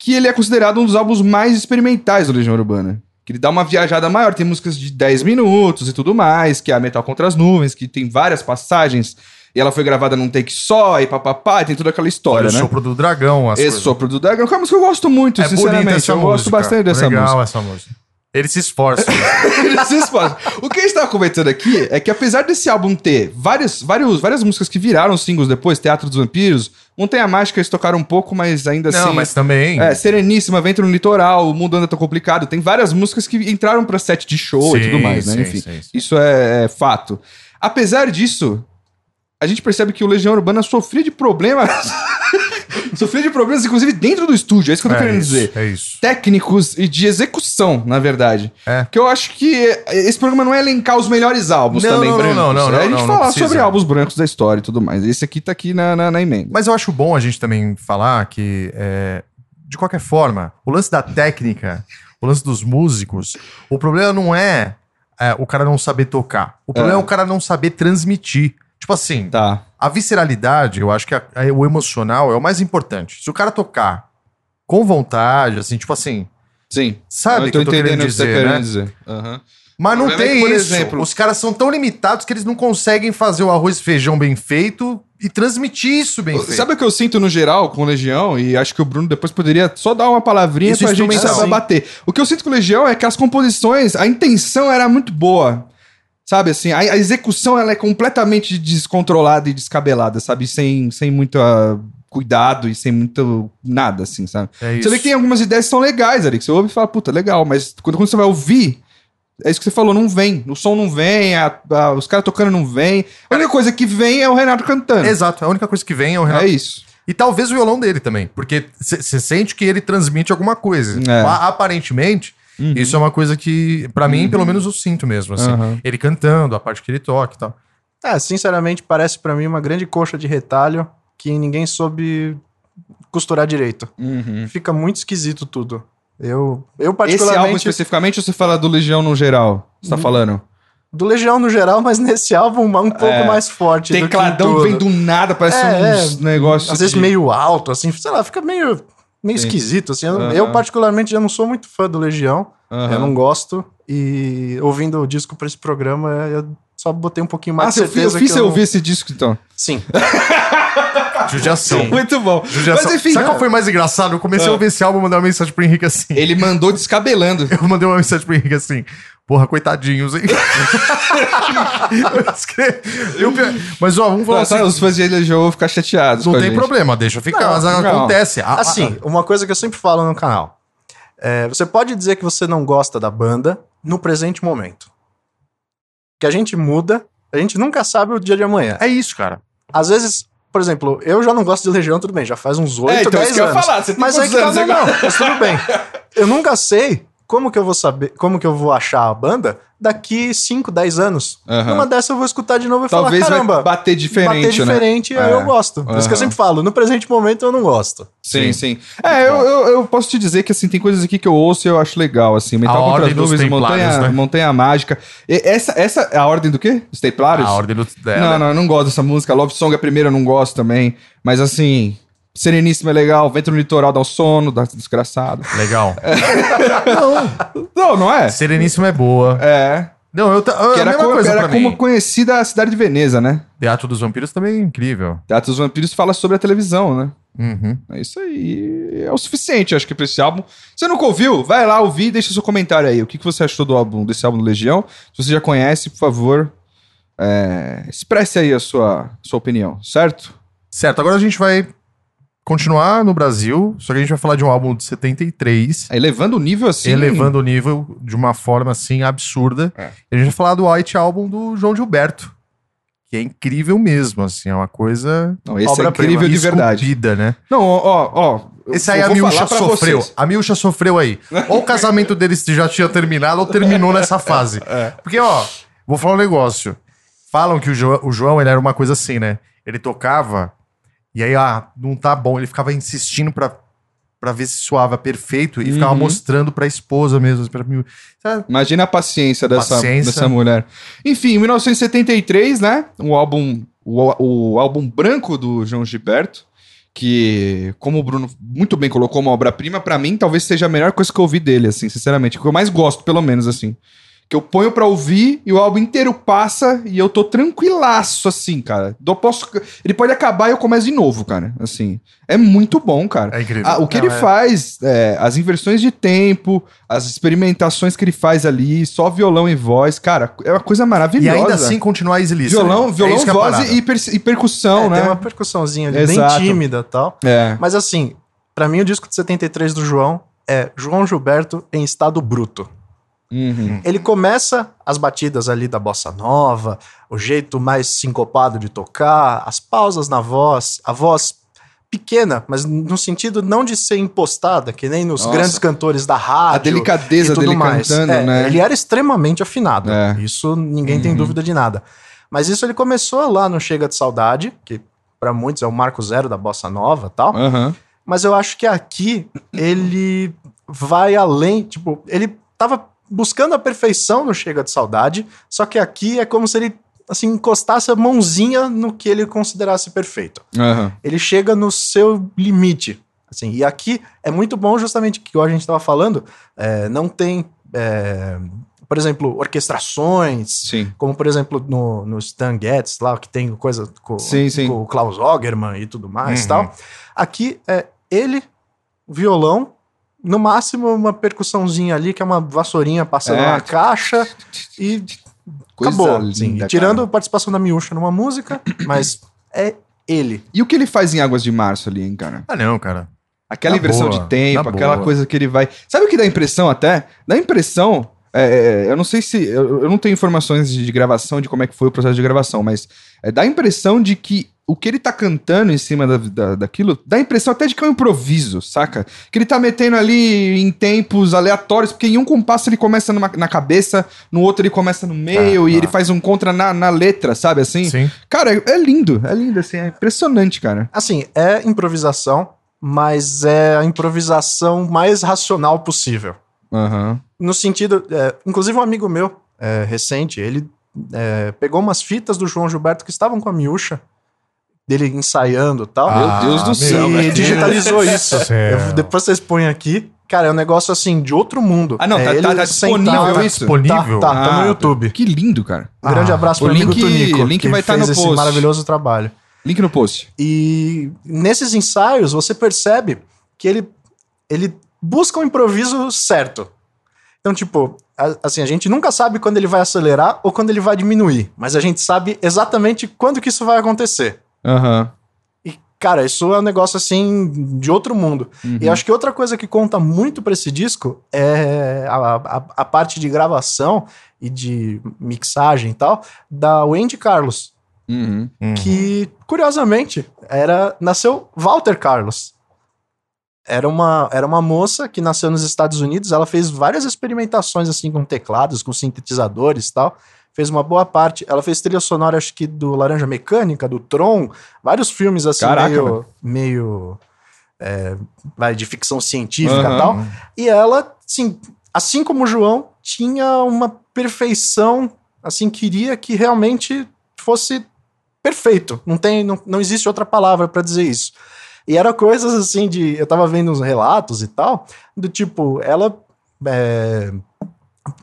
C: que ele é considerado um dos álbuns mais experimentais do Legião Urbana. Que ele dá uma viajada maior, tem músicas de 10 minutos e tudo mais, que é a Metal Contra as Nuvens, que tem várias passagens, e ela foi gravada num take só, e papapá, e tem toda aquela
B: Olha
C: história,
B: é o
C: né?
B: sopro do dragão, as
C: Esse
B: coisas.
C: sopro do dragão, que é uma música que eu gosto muito,
B: É bonita
C: sinceramente.
B: essa
C: Eu gosto
B: música.
C: bastante dessa
B: Legal
C: música.
B: essa música. Ele se esforça.
C: Ele se esforça. O que a gente tava comentando aqui é que apesar desse álbum ter várias, vários, várias músicas que viraram singles depois, Teatro dos Vampiros, Montanha Mágica eles tocaram um pouco, mas ainda assim...
B: Não, mas também.
C: É, Sereníssima, Vento no Litoral, O Mundo Anda Tão Complicado. Tem várias músicas que entraram pra set de show e
B: Sim,
C: tudo mais, né?
B: sim,
C: Enfim,
B: sim, sim.
C: isso é, é fato. Apesar disso, a gente percebe que o Legião Urbana sofria de problemas. sofria de problemas, inclusive, dentro do estúdio. É isso que eu tô
B: é
C: querendo
B: isso,
C: dizer.
B: É isso.
C: Técnicos e de execução, na verdade.
B: É.
C: Que eu acho que esse programa não é elencar os melhores álbuns
B: Não,
C: também,
B: não, não,
C: brancos.
B: não, não,
C: é a
B: não, não
C: gente falar
B: precisa.
C: sobre álbuns brancos da história e tudo mais. Esse aqui tá aqui na, na, na emenda.
B: Mas eu acho bom a gente também falar que, é, de qualquer forma, o lance da técnica, o lance dos músicos, o problema não é, é, o cara não saber tocar. O problema é. o cara não saber transmitir. Tipo assim,
C: Tá.
B: a visceralidade, eu acho que a- a- o emocional é o mais importante. Se o cara tocar com vontade, assim, tipo assim,
C: Sim.
B: sabe o
C: eu
B: que
C: tô
B: eu tô
C: entendendo
B: querendo
C: o que você tá
B: dizer,
C: querendo
B: né?
C: dizer. Aham.
B: Mas não
C: O problema é
B: tem
C: que, por
B: isso.
C: exemplo-
B: Os caras são tão limitados que eles não conseguem fazer o arroz e feijão bem feito e transmitir isso bem feito.
C: Sabe o que eu sinto no geral com o Legião? E acho que o Bruno depois poderia só dar uma palavrinha
B: Isso,
C: pra gente
B: instrumental.
C: saber
B: Sim.
C: bater. O que eu sinto com o Legião é que as composições, a intenção era muito boa. Sabe assim, a, a execução ela é completamente descontrolada e descabelada, sabe? Sem, sem muito ah, cuidado e sem muito nada, assim, sabe?
B: É
C: Você vê que tem algumas ideias que são legais ali, que você ouve e fala, puta, legal, mas quando, quando você vai ouvir, é isso que você falou, não vem. O som não vem, a- a- os caras tocando não vem. A única coisa que vem é o Renato cantando.
B: Exato, a única coisa que vem é o Renato.
C: É isso.
B: E talvez o violão dele também, porque você sente que ele transmite alguma coisa.
C: É. Uhum.
B: A- Aparentemente, isso é uma coisa que, pra mim, pelo menos eu sinto mesmo, assim.
C: Aham.
B: Ele cantando, a parte que ele toca e tal.
D: É, sinceramente, parece pra mim uma grande coxa de retalho que ninguém soube costurar direito. Fica muito esquisito tudo. Eu, eu
C: Esse álbum
D: particularmente,
C: especificamente ou você fala do Legião no geral? Você tá
B: Uhum.
C: falando?
D: do Legião no geral, mas nesse álbum um pouco
C: É,
D: mais forte. do que em
C: Tecladão
D: todo.
C: vem do nada, parece
D: É,
C: uns negócios.
D: Às vezes
C: de-
D: meio alto, assim, sei lá, fica meio, meio
C: Sim.
D: esquisito, assim. Eu,
C: Aham.
D: eu, particularmente, já não sou muito fã do Legião.
C: Aham. Ah,
D: Eu não gosto. E ouvindo o disco pra esse programa, eu só botei um pouquinho mais
C: Ah,
D: de
C: você eu
D: certeza
C: fiz
D: que
C: você
D: eu não-
C: ouvir esse disco então.
D: Sim.
B: Judiação.
C: Muito bom.
B: Judiação.
C: Mas enfim, é.
B: Sabe qual foi mais engraçado? Eu comecei
C: Ah.
B: a ouvir esse álbum e mandar uma mensagem pro Henrique assim.
C: ele mandou descabelando.
B: Eu mandei uma mensagem pro Henrique assim. Porra, coitadinhos, hein? eu escrevi, eu pe- Mas ó, vamos falar
C: Não, tá,
B: assim.
C: os fãs de Legião vão ficar chateados.
B: Não
C: com a
B: tem
C: gente.
B: problema, deixa ficar.
D: Não,
B: mas
C: não.
B: acontece. Ah, A- a-
D: Assim, uma coisa que eu sempre falo no canal. É, você pode dizer que você não gosta da banda no presente momento. Que a gente muda, a gente nunca sabe o dia de amanhã.
B: é isso, cara.
D: Às vezes, por exemplo, eu já não gosto de Legião, tudo bem, já faz uns 8,
C: É, então isso
D: 10
C: que eu ia
D: anos.
C: falar. Você tem
D: Mas aí
C: quantos
D: que tá,
C: anos
D: não,
C: agora?
D: não, mas tudo bem. Eu nunca sei como que eu vou saber, como que eu vou achar a banda daqui 5, 10 anos.
C: Aham.
D: Numa dessa eu vou escutar de novo e
C: Talvez
D: falar,
C: vai
D: caramba,
C: bater diferente,
D: bater
C: né?
D: diferente, aí
C: É.
D: eu gosto. Por isso que eu
C: Aham.
D: sempre falo, no presente momento eu não gosto.
C: Sim, sim. É, eu, eu, eu posso te dizer que assim, tem coisas aqui que eu ouço e eu acho legal, assim. Mental
B: A
C: contra as
B: Ordem dos
C: nuvens,
B: Templários,
C: montanha,
B: né?
C: montanha mágica. E essa, essa é a ordem do quê? Dos templários?
B: A ordem do... é, né?
C: Não, não, eu não gosto dessa música. Love Song é a primeira, eu não gosto também. Mas assim, Sereníssimo é legal, Vento no Litoral dá o sono, dá desgraçado.
B: Legal.
C: É. Não, não é?
B: Sereníssimo é boa.
C: É.
B: Não, eu ta-
C: Que
B: é a
C: era,
B: mesma
C: co-
B: coisa
C: era
B: pra
C: como
B: mim.
C: conhecida a cidade de Veneza, né?
B: Teatro dos Vampiros também é incrível.
C: Teatro dos Vampiros fala sobre a televisão, né?
B: Uhum.
C: É isso aí. É o suficiente, acho que, pra esse álbum. Se você nunca ouviu, vai lá ouvir e deixa seu comentário aí. O que, que você achou do álbum, desse álbum do Legião? Se você já conhece, por favor, é, expresse aí a sua, sua opinião, certo?
B: Certo, agora a gente vai continuar no Brasil, só que a gente vai falar de um álbum de 73,
C: Elevando o nível assim.
B: elevando o nível de uma forma assim absurda.
C: É.
B: E a gente vai falar do White Album do João Gilberto, que é incrível mesmo, assim, é uma coisa
C: Não, esse é
D: Obra-prima.
C: incrível de verdade.
B: esculpida, né?
C: Não, ó, ó, ó,
B: Esse aí a Milcha sofreu. A Milcha sofreu aí. Ou o casamento deles já tinha terminado, ou terminou nessa fase. Porque, ó, vou falar um negócio. Falam que o, Jo- o João, ele era uma coisa assim, né? Ele tocava, e aí, ah, não tá bom. Ele ficava insistindo pra, pra ver se soava perfeito, e ficava
C: Uhum.
B: mostrando pra esposa mesmo. Pra Mil... Sabe?
C: Imagina a paciência dessa,
B: Paciência.
C: dessa mulher. Enfim, em 1973, né? O álbum, o, o álbum branco do João Gilberto, que, como o Bruno muito bem colocou, uma obra-prima, pra mim talvez seja a melhor coisa que eu ouvi dele, assim, sinceramente. O que eu mais gosto, pelo menos, assim. Que eu ponho pra ouvir e o álbum inteiro passa e eu tô tranquilaço, assim, cara. Dou- posso, ele pode acabar e eu começo de novo, cara. Assim, é muito bom, cara.
B: É incrível.
C: Ah, o que
D: Não,
C: ele
D: é.
C: faz, é, as inversões de tempo, as experimentações que ele faz ali, só violão e voz, cara, é uma coisa
B: e
C: maravilhosa.
B: ainda assim continuar exilir.
C: violão, violão, voz
B: e...
C: e, per- e percussão,
D: É,
C: né?
D: Tem uma percussãozinha ali,
C: Exato.
D: bem tímida e tal.
C: É.
D: Mas assim, pra mim o disco de 73 do João é João Gilberto em estado bruto.
C: Uhum.
D: Ele começa as batidas ali da bossa nova, o jeito mais sincopado de tocar, as pausas na voz, a voz pequena, mas no sentido não de ser impostada, que nem nos
C: Nossa.
D: grandes cantores da
C: A
D: rádio.
C: delicadeza
D: Ah, e tudo
C: dele
D: mais.
C: cantando,
D: É,
C: né?
D: Ele era extremamente afinado.
C: É.
D: Isso ninguém tem
C: Uhum.
D: dúvida de nada. Mas isso ele começou lá no Chega de Saudade, que pra muitos é o marco zero da bossa nova e tal.
C: Aham.
D: Mas eu acho que aqui ele vai além, tipo, ele tava buscando a perfeição no Chega de Saudade, só que aqui é como se ele assim encostasse a mãozinha no que ele considerasse perfeito.
C: Aham.
D: Ele chega no seu limite, assim. E aqui é muito bom justamente que igual a gente tava falando, é, não tem, é, por exemplo, orquestrações,
C: Sim.
D: como, por exemplo, no, no Stan Getz, lá, que tem coisa com,
C: Sim, sim.
D: com o Klaus Ogerman e tudo mais
B: Uhum.
D: tal. Aqui é ele, violão, no máximo uma percussãozinha ali, que é uma vassourinha passando
C: É.
D: na caixa e
C: Coisa
D: acabou.
C: linda,
D: Sim,
C: cara.
D: tirando a participação da Miúcha numa música, mas é ele.
C: E o que ele faz em Águas de Março ali, hein, cara?
B: Ah, não, cara.
C: Aquela
B: Na
C: inversão
B: boa,
C: de tempo,
B: na
C: aquela
B: boa.
C: coisa que ele vai. Sabe o que dá impressão até? Dá impressão. é, é, eu não sei se. Eu, eu não tenho informações de, de gravação, de como é que foi o processo de gravação, mas é, dá a impressão de que o que ele tá cantando em cima da, da- daquilo dá a impressão até de que é um improviso, saca? Que ele tá metendo ali em tempos aleatórios, porque em um compasso ele começa numa- na cabeça, no outro ele começa no meio
B: Ah,
C: e
B: ah.
C: ele faz um contra na, na letra, sabe assim?
B: Sim.
C: Cara, é, é lindo, é lindo, assim, é impressionante, cara.
D: Assim, é improvisação, mas é a improvisação mais racional possível.
C: Aham.
D: no sentido. é, inclusive, um amigo meu é, recente, ele é, pegou umas fitas do João Gilberto que estavam com a Miúcha, dele ensaiando e tal.
C: Ah, Meu Deus do céu,
D: e
C: velho. É.
D: digitalizou isso.
B: Céu.
D: Eu- depois vocês põem aqui. Cara, é um negócio assim de outro mundo.
C: Ah, não,
D: é,
C: tá-
D: ele
C: tá- tá
D: sentado-
C: disponível
D: tá-
C: isso?
B: Disponível?
D: Tá, tá, tá
C: Ah,
D: no YouTube.
C: Que lindo, cara.
D: Um grande
B: Ah,
D: abraço
C: o
D: pro amigo
C: link-
D: Tunico.
C: o link
D: que
C: vai tá
D: fez
C: no
D: esse
C: post.
D: maravilhoso trabalho.
C: Link no post.
D: E nesses ensaios você percebe que ele, ele busca o improviso certo. Então, tipo, a- assim, a gente nunca sabe quando ele vai acelerar ou quando ele vai diminuir, mas a gente sabe exatamente quando que isso vai acontecer.
C: Aham.
D: E, cara, isso é um negócio assim de outro mundo. E
C: Uhum.
D: eu acho que outra coisa que conta muito pra esse disco é a, a, a parte de gravação e de mixagem e tal da Wendy Carlos
C: Uhum.
B: Uhum.
D: que curiosamente era nasceu Walter Carlos. Era uma, era uma moça que nasceu nos Estados Unidos, ela fez várias experimentações assim com teclados, com sintetizadores e tal. Fez uma boa parte. Ela fez trilha sonora, acho que do Laranja Mecânica, do Tron, vários filmes assim,
C: Caraca,
D: meio,
C: velho.
D: meio é, vai, de ficção científica
C: Aham.
D: e tal. E ela, assim, assim como o João, tinha uma perfeição, assim, queria que realmente fosse perfeito. Não tem, não, não existe outra palavra pra dizer isso. E era coisas assim de, eu tava vendo uns relatos e tal, do tipo, ela é,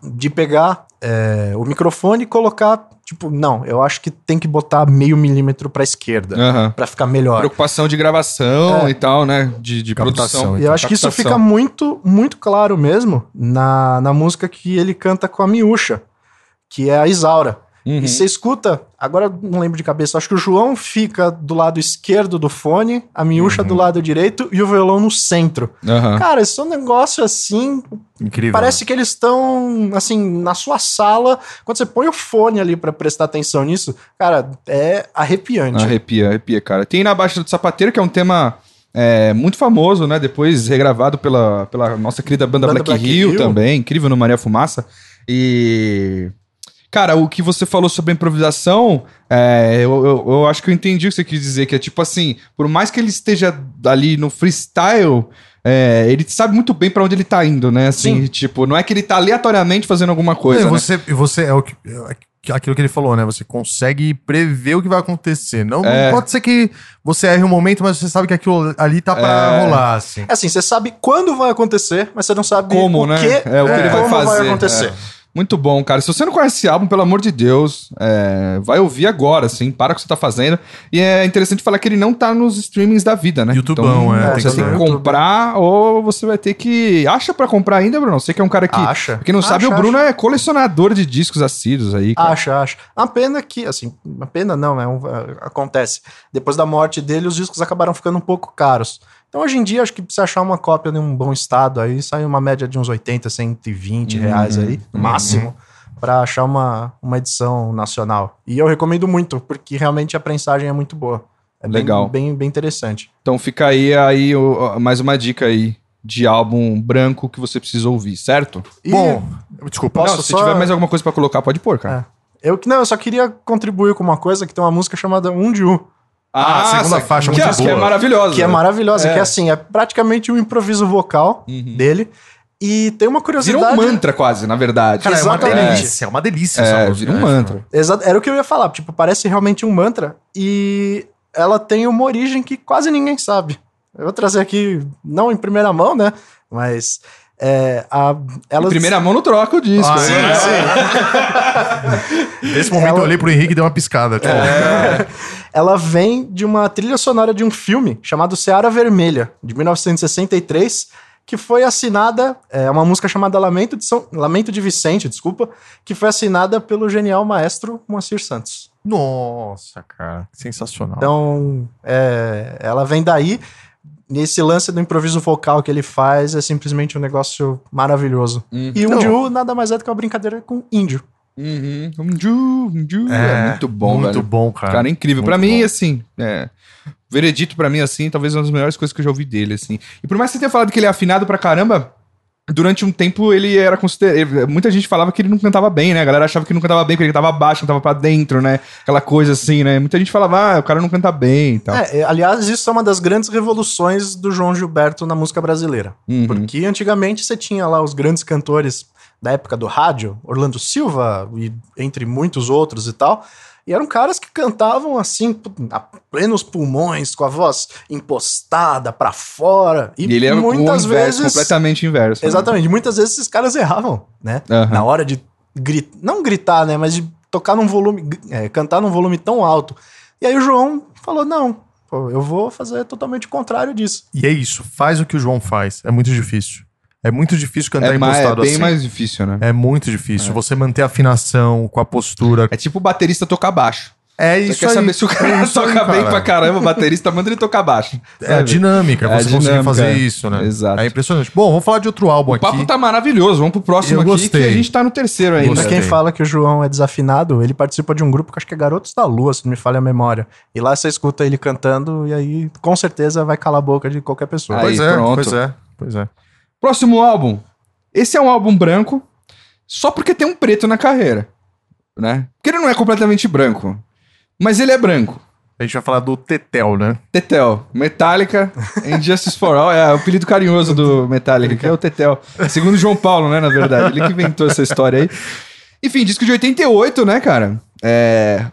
D: de pegar é, o microfone e colocar, tipo, não, eu acho que tem que botar meio milímetro pra esquerda,
C: Aham.
D: pra ficar melhor.
C: Preocupação de gravação
D: É.
C: e tal, né? De, de produção.
B: Captação,
D: E eu acho que isso fica
C: Captação.
D: muito, muito claro mesmo na, na música que ele canta com a Miúcha, que é a Isaura.
C: Uhum.
D: E você escuta, agora não lembro de cabeça, acho que o João fica do lado esquerdo do fone, a Miúcha
C: Uhum.
D: do lado direito e o violão no centro.
C: Aham.
D: Cara, isso é um negócio assim,
B: Incrível.
D: parece
C: né?
D: que eles estão, assim, na sua sala. Quando você põe o fone ali pra prestar atenção nisso, cara, é arrepiante.
C: Arrepia, arrepia, cara. Tem na Baixa do Sapateiro, que é um tema é, muito famoso, né? Depois regravado pela, pela nossa querida banda,
D: Banda
C: Black,
D: Black
C: Hill,
D: Hill.
C: também, incrível no Maria Fumaça. E. Cara, o que você falou sobre a improvisação, é, eu, eu, eu acho que eu entendi o que você quis dizer, que é tipo assim, por mais que ele esteja ali no freestyle, é, ele sabe muito bem pra onde ele tá indo, né? Assim, tipo, não é que ele tá aleatoriamente fazendo alguma coisa.
B: e
C: né?
B: você, e você é o que, é aquilo que ele falou, né? Você consegue prever o que vai acontecer. Não, não
C: É.
B: pode ser que você erre um momento, mas você sabe que aquilo ali tá pra
C: É.
B: rolar, assim.
D: É assim, você sabe quando vai acontecer, mas você não sabe
C: Como,
D: o
C: né?
D: que,
C: É, o que ele vai
D: como
C: fazer, É.
D: acontecer.
C: Muito bom, cara. Se você não conhece esse álbum, pelo amor de Deus, é, vai ouvir agora, assim. Para o que você tá fazendo. E é interessante falar que ele não tá nos streamings da vida, né?
B: YouTubão, é,
D: tem
C: Você
D: que
C: tem
D: ver
C: que
D: no YouTube.
C: comprar ou você vai ter que. Acha pra comprar ainda, Bruno? Você que é um cara que.
D: Acha.
C: Pra quem não
D: Acha,
C: sabe, o
D: acha.
C: Bruno é colecionador de discos assíduos aí. cara.
D: Acho, acho. Uma pena que, assim, uma pena não, é um- acontece. Depois da morte dele, os discos acabaram ficando um pouco caros. Então, hoje em dia, acho que se achar uma cópia em um bom estado, aí sai uma média de uns 80, 120 reais aí,
C: Uhum.
D: máximo, pra achar uma, uma edição nacional. E eu recomendo muito, porque realmente a prensagem é muito boa. É bem-
C: Legal.
D: Bem, bem, interessante.
C: Então fica aí, aí o- mais uma dica aí de álbum branco que você precisa ouvir, certo?
D: E
B: Bom, desculpa.
D: Posso
C: não, se
D: só-
C: tiver mais alguma coisa pra colocar, pode pôr, cara.
D: É. eu, que- não, eu só queria contribuir com uma coisa que tem uma música chamada Um de Um.
B: Ah, a segunda
C: sa-
B: faixa
C: que,
B: muito
C: é, que é
B: boa.
C: maravilhosa.
D: Que é maravilhosa,
C: É.
D: que é assim, é praticamente um improviso vocal
C: Uhum.
D: dele. E tem uma
C: Virou
D: curiosidade.
C: um mantra quase, na verdade.
B: Cara, é uma
D: Exatamente.
B: delícia, é uma delícia
C: É,
B: essa música.
C: vira um
B: né?
C: mantra.
D: Exa- Era o que eu ia falar, tipo, parece realmente um mantra. E ela tem uma origem que quase ninguém sabe. Eu vou trazer aqui, não em primeira mão, né? Mas. É, a, ela
C: Em primeira mão não troca o disco.
B: Ah,
C: né?
B: sim, Nesse momento
D: Ela-
B: eu olhei pro Henrique e dei uma piscada. Tipo,
C: É.
D: ela vem de uma trilha sonora de um filme chamado Seara Vermelha, de 1963, que foi assinada, é uma música chamada Lamento de, São, Lamento de Vicente, desculpa, que foi assinada pelo genial maestro Moacir Santos.
B: Nossa, cara, que sensacional.
D: Então, é, ela vem daí, e esse lance do improviso vocal que ele faz é simplesmente um negócio maravilhoso.
C: Uhum.
D: E um
B: Não.
D: Diu nada mais é do que uma brincadeira com índio.
C: Uhum. Um ju, um ju. É, muito bom,
B: muito
C: velho.
B: bom, cara.
C: Cara, é incrível.
B: Muito
C: Pra mim,
B: bom.
C: assim, é, veredito pra mim, assim, talvez uma das melhores coisas que eu já ouvi dele, assim. E por mais que você tenha falado que ele é afinado pra caramba, durante um tempo ele era considerado. Muita gente falava que ele não cantava bem, né? A galera achava que ele não cantava bem, porque ele cantava baixo, cantava pra dentro, né? Aquela coisa assim, né? Muita gente falava, ah, o cara não canta bem e tal.
D: É, é, aliás, isso é uma das grandes revoluções do João Gilberto na música brasileira.
C: Uhum.
D: Porque antigamente você tinha lá os grandes cantores da época do rádio, Orlando Silva e entre muitos outros e tal. E eram caras que cantavam assim, p- a plenos pulmões, com a voz impostada pra fora. E,
C: E ele era
D: muitas
C: o inverso,
D: vezes.
C: completamente inverso. né?
D: Exatamente, muitas vezes esses caras erravam, né?
C: Aham.
D: Na hora de gritar, não gritar, né? Mas de tocar num volume, gr- é, cantar num volume tão alto. E aí o João falou: não, pô, eu vou fazer totalmente o contrário disso.
B: E é isso, faz o que o João faz. É muito difícil. É muito difícil cantar
C: É, mais, é
B: impostado
C: bem
B: assim.
C: mais difícil, né?
B: É muito difícil. Você manter a afinação com a postura.
C: É, tipo o baterista tocar baixo.
B: É
C: Você
B: isso
C: quer
B: aí.
C: saber se o
B: É
C: cara
B: isso aí,
C: toca bem
B: cara.
C: pra caramba, o baterista manda ele tocar baixo.
B: É a
C: sabe?
B: dinâmica,
C: É a
B: você conseguir
C: dinâmica,
B: fazer
C: é.
B: isso, né?
C: Exato.
B: É impressionante. Bom, vamos falar de outro álbum
C: O
B: aqui.
C: papo tá maravilhoso. Vamos pro próximo
B: Eu
C: aqui,
B: gostei.
C: que a gente tá no terceiro ainda.
D: Pra
B: Gostei.
D: quem fala que o João é desafinado, ele participa de um grupo que acho que é Garotos da Lua, se não me falha a memória. E lá você escuta ele cantando e aí com certeza vai calar a boca de qualquer pessoa.
C: Aí.
B: Pois é,
C: pronto.
B: pois é, pois é.
C: Próximo álbum. Esse é um álbum branco, só porque tem um preto na carreira, né? Porque ele não é completamente branco, mas ele é branco.
B: A gente vai falar do Tetel, né?
C: Tetel, Metallica, Injustice for All, é o apelido carinhoso do Metallica, que é o Tetel. Segundo João Paulo, né, na verdade, ele que inventou essa história aí. Enfim, disco de 88, né, cara? É...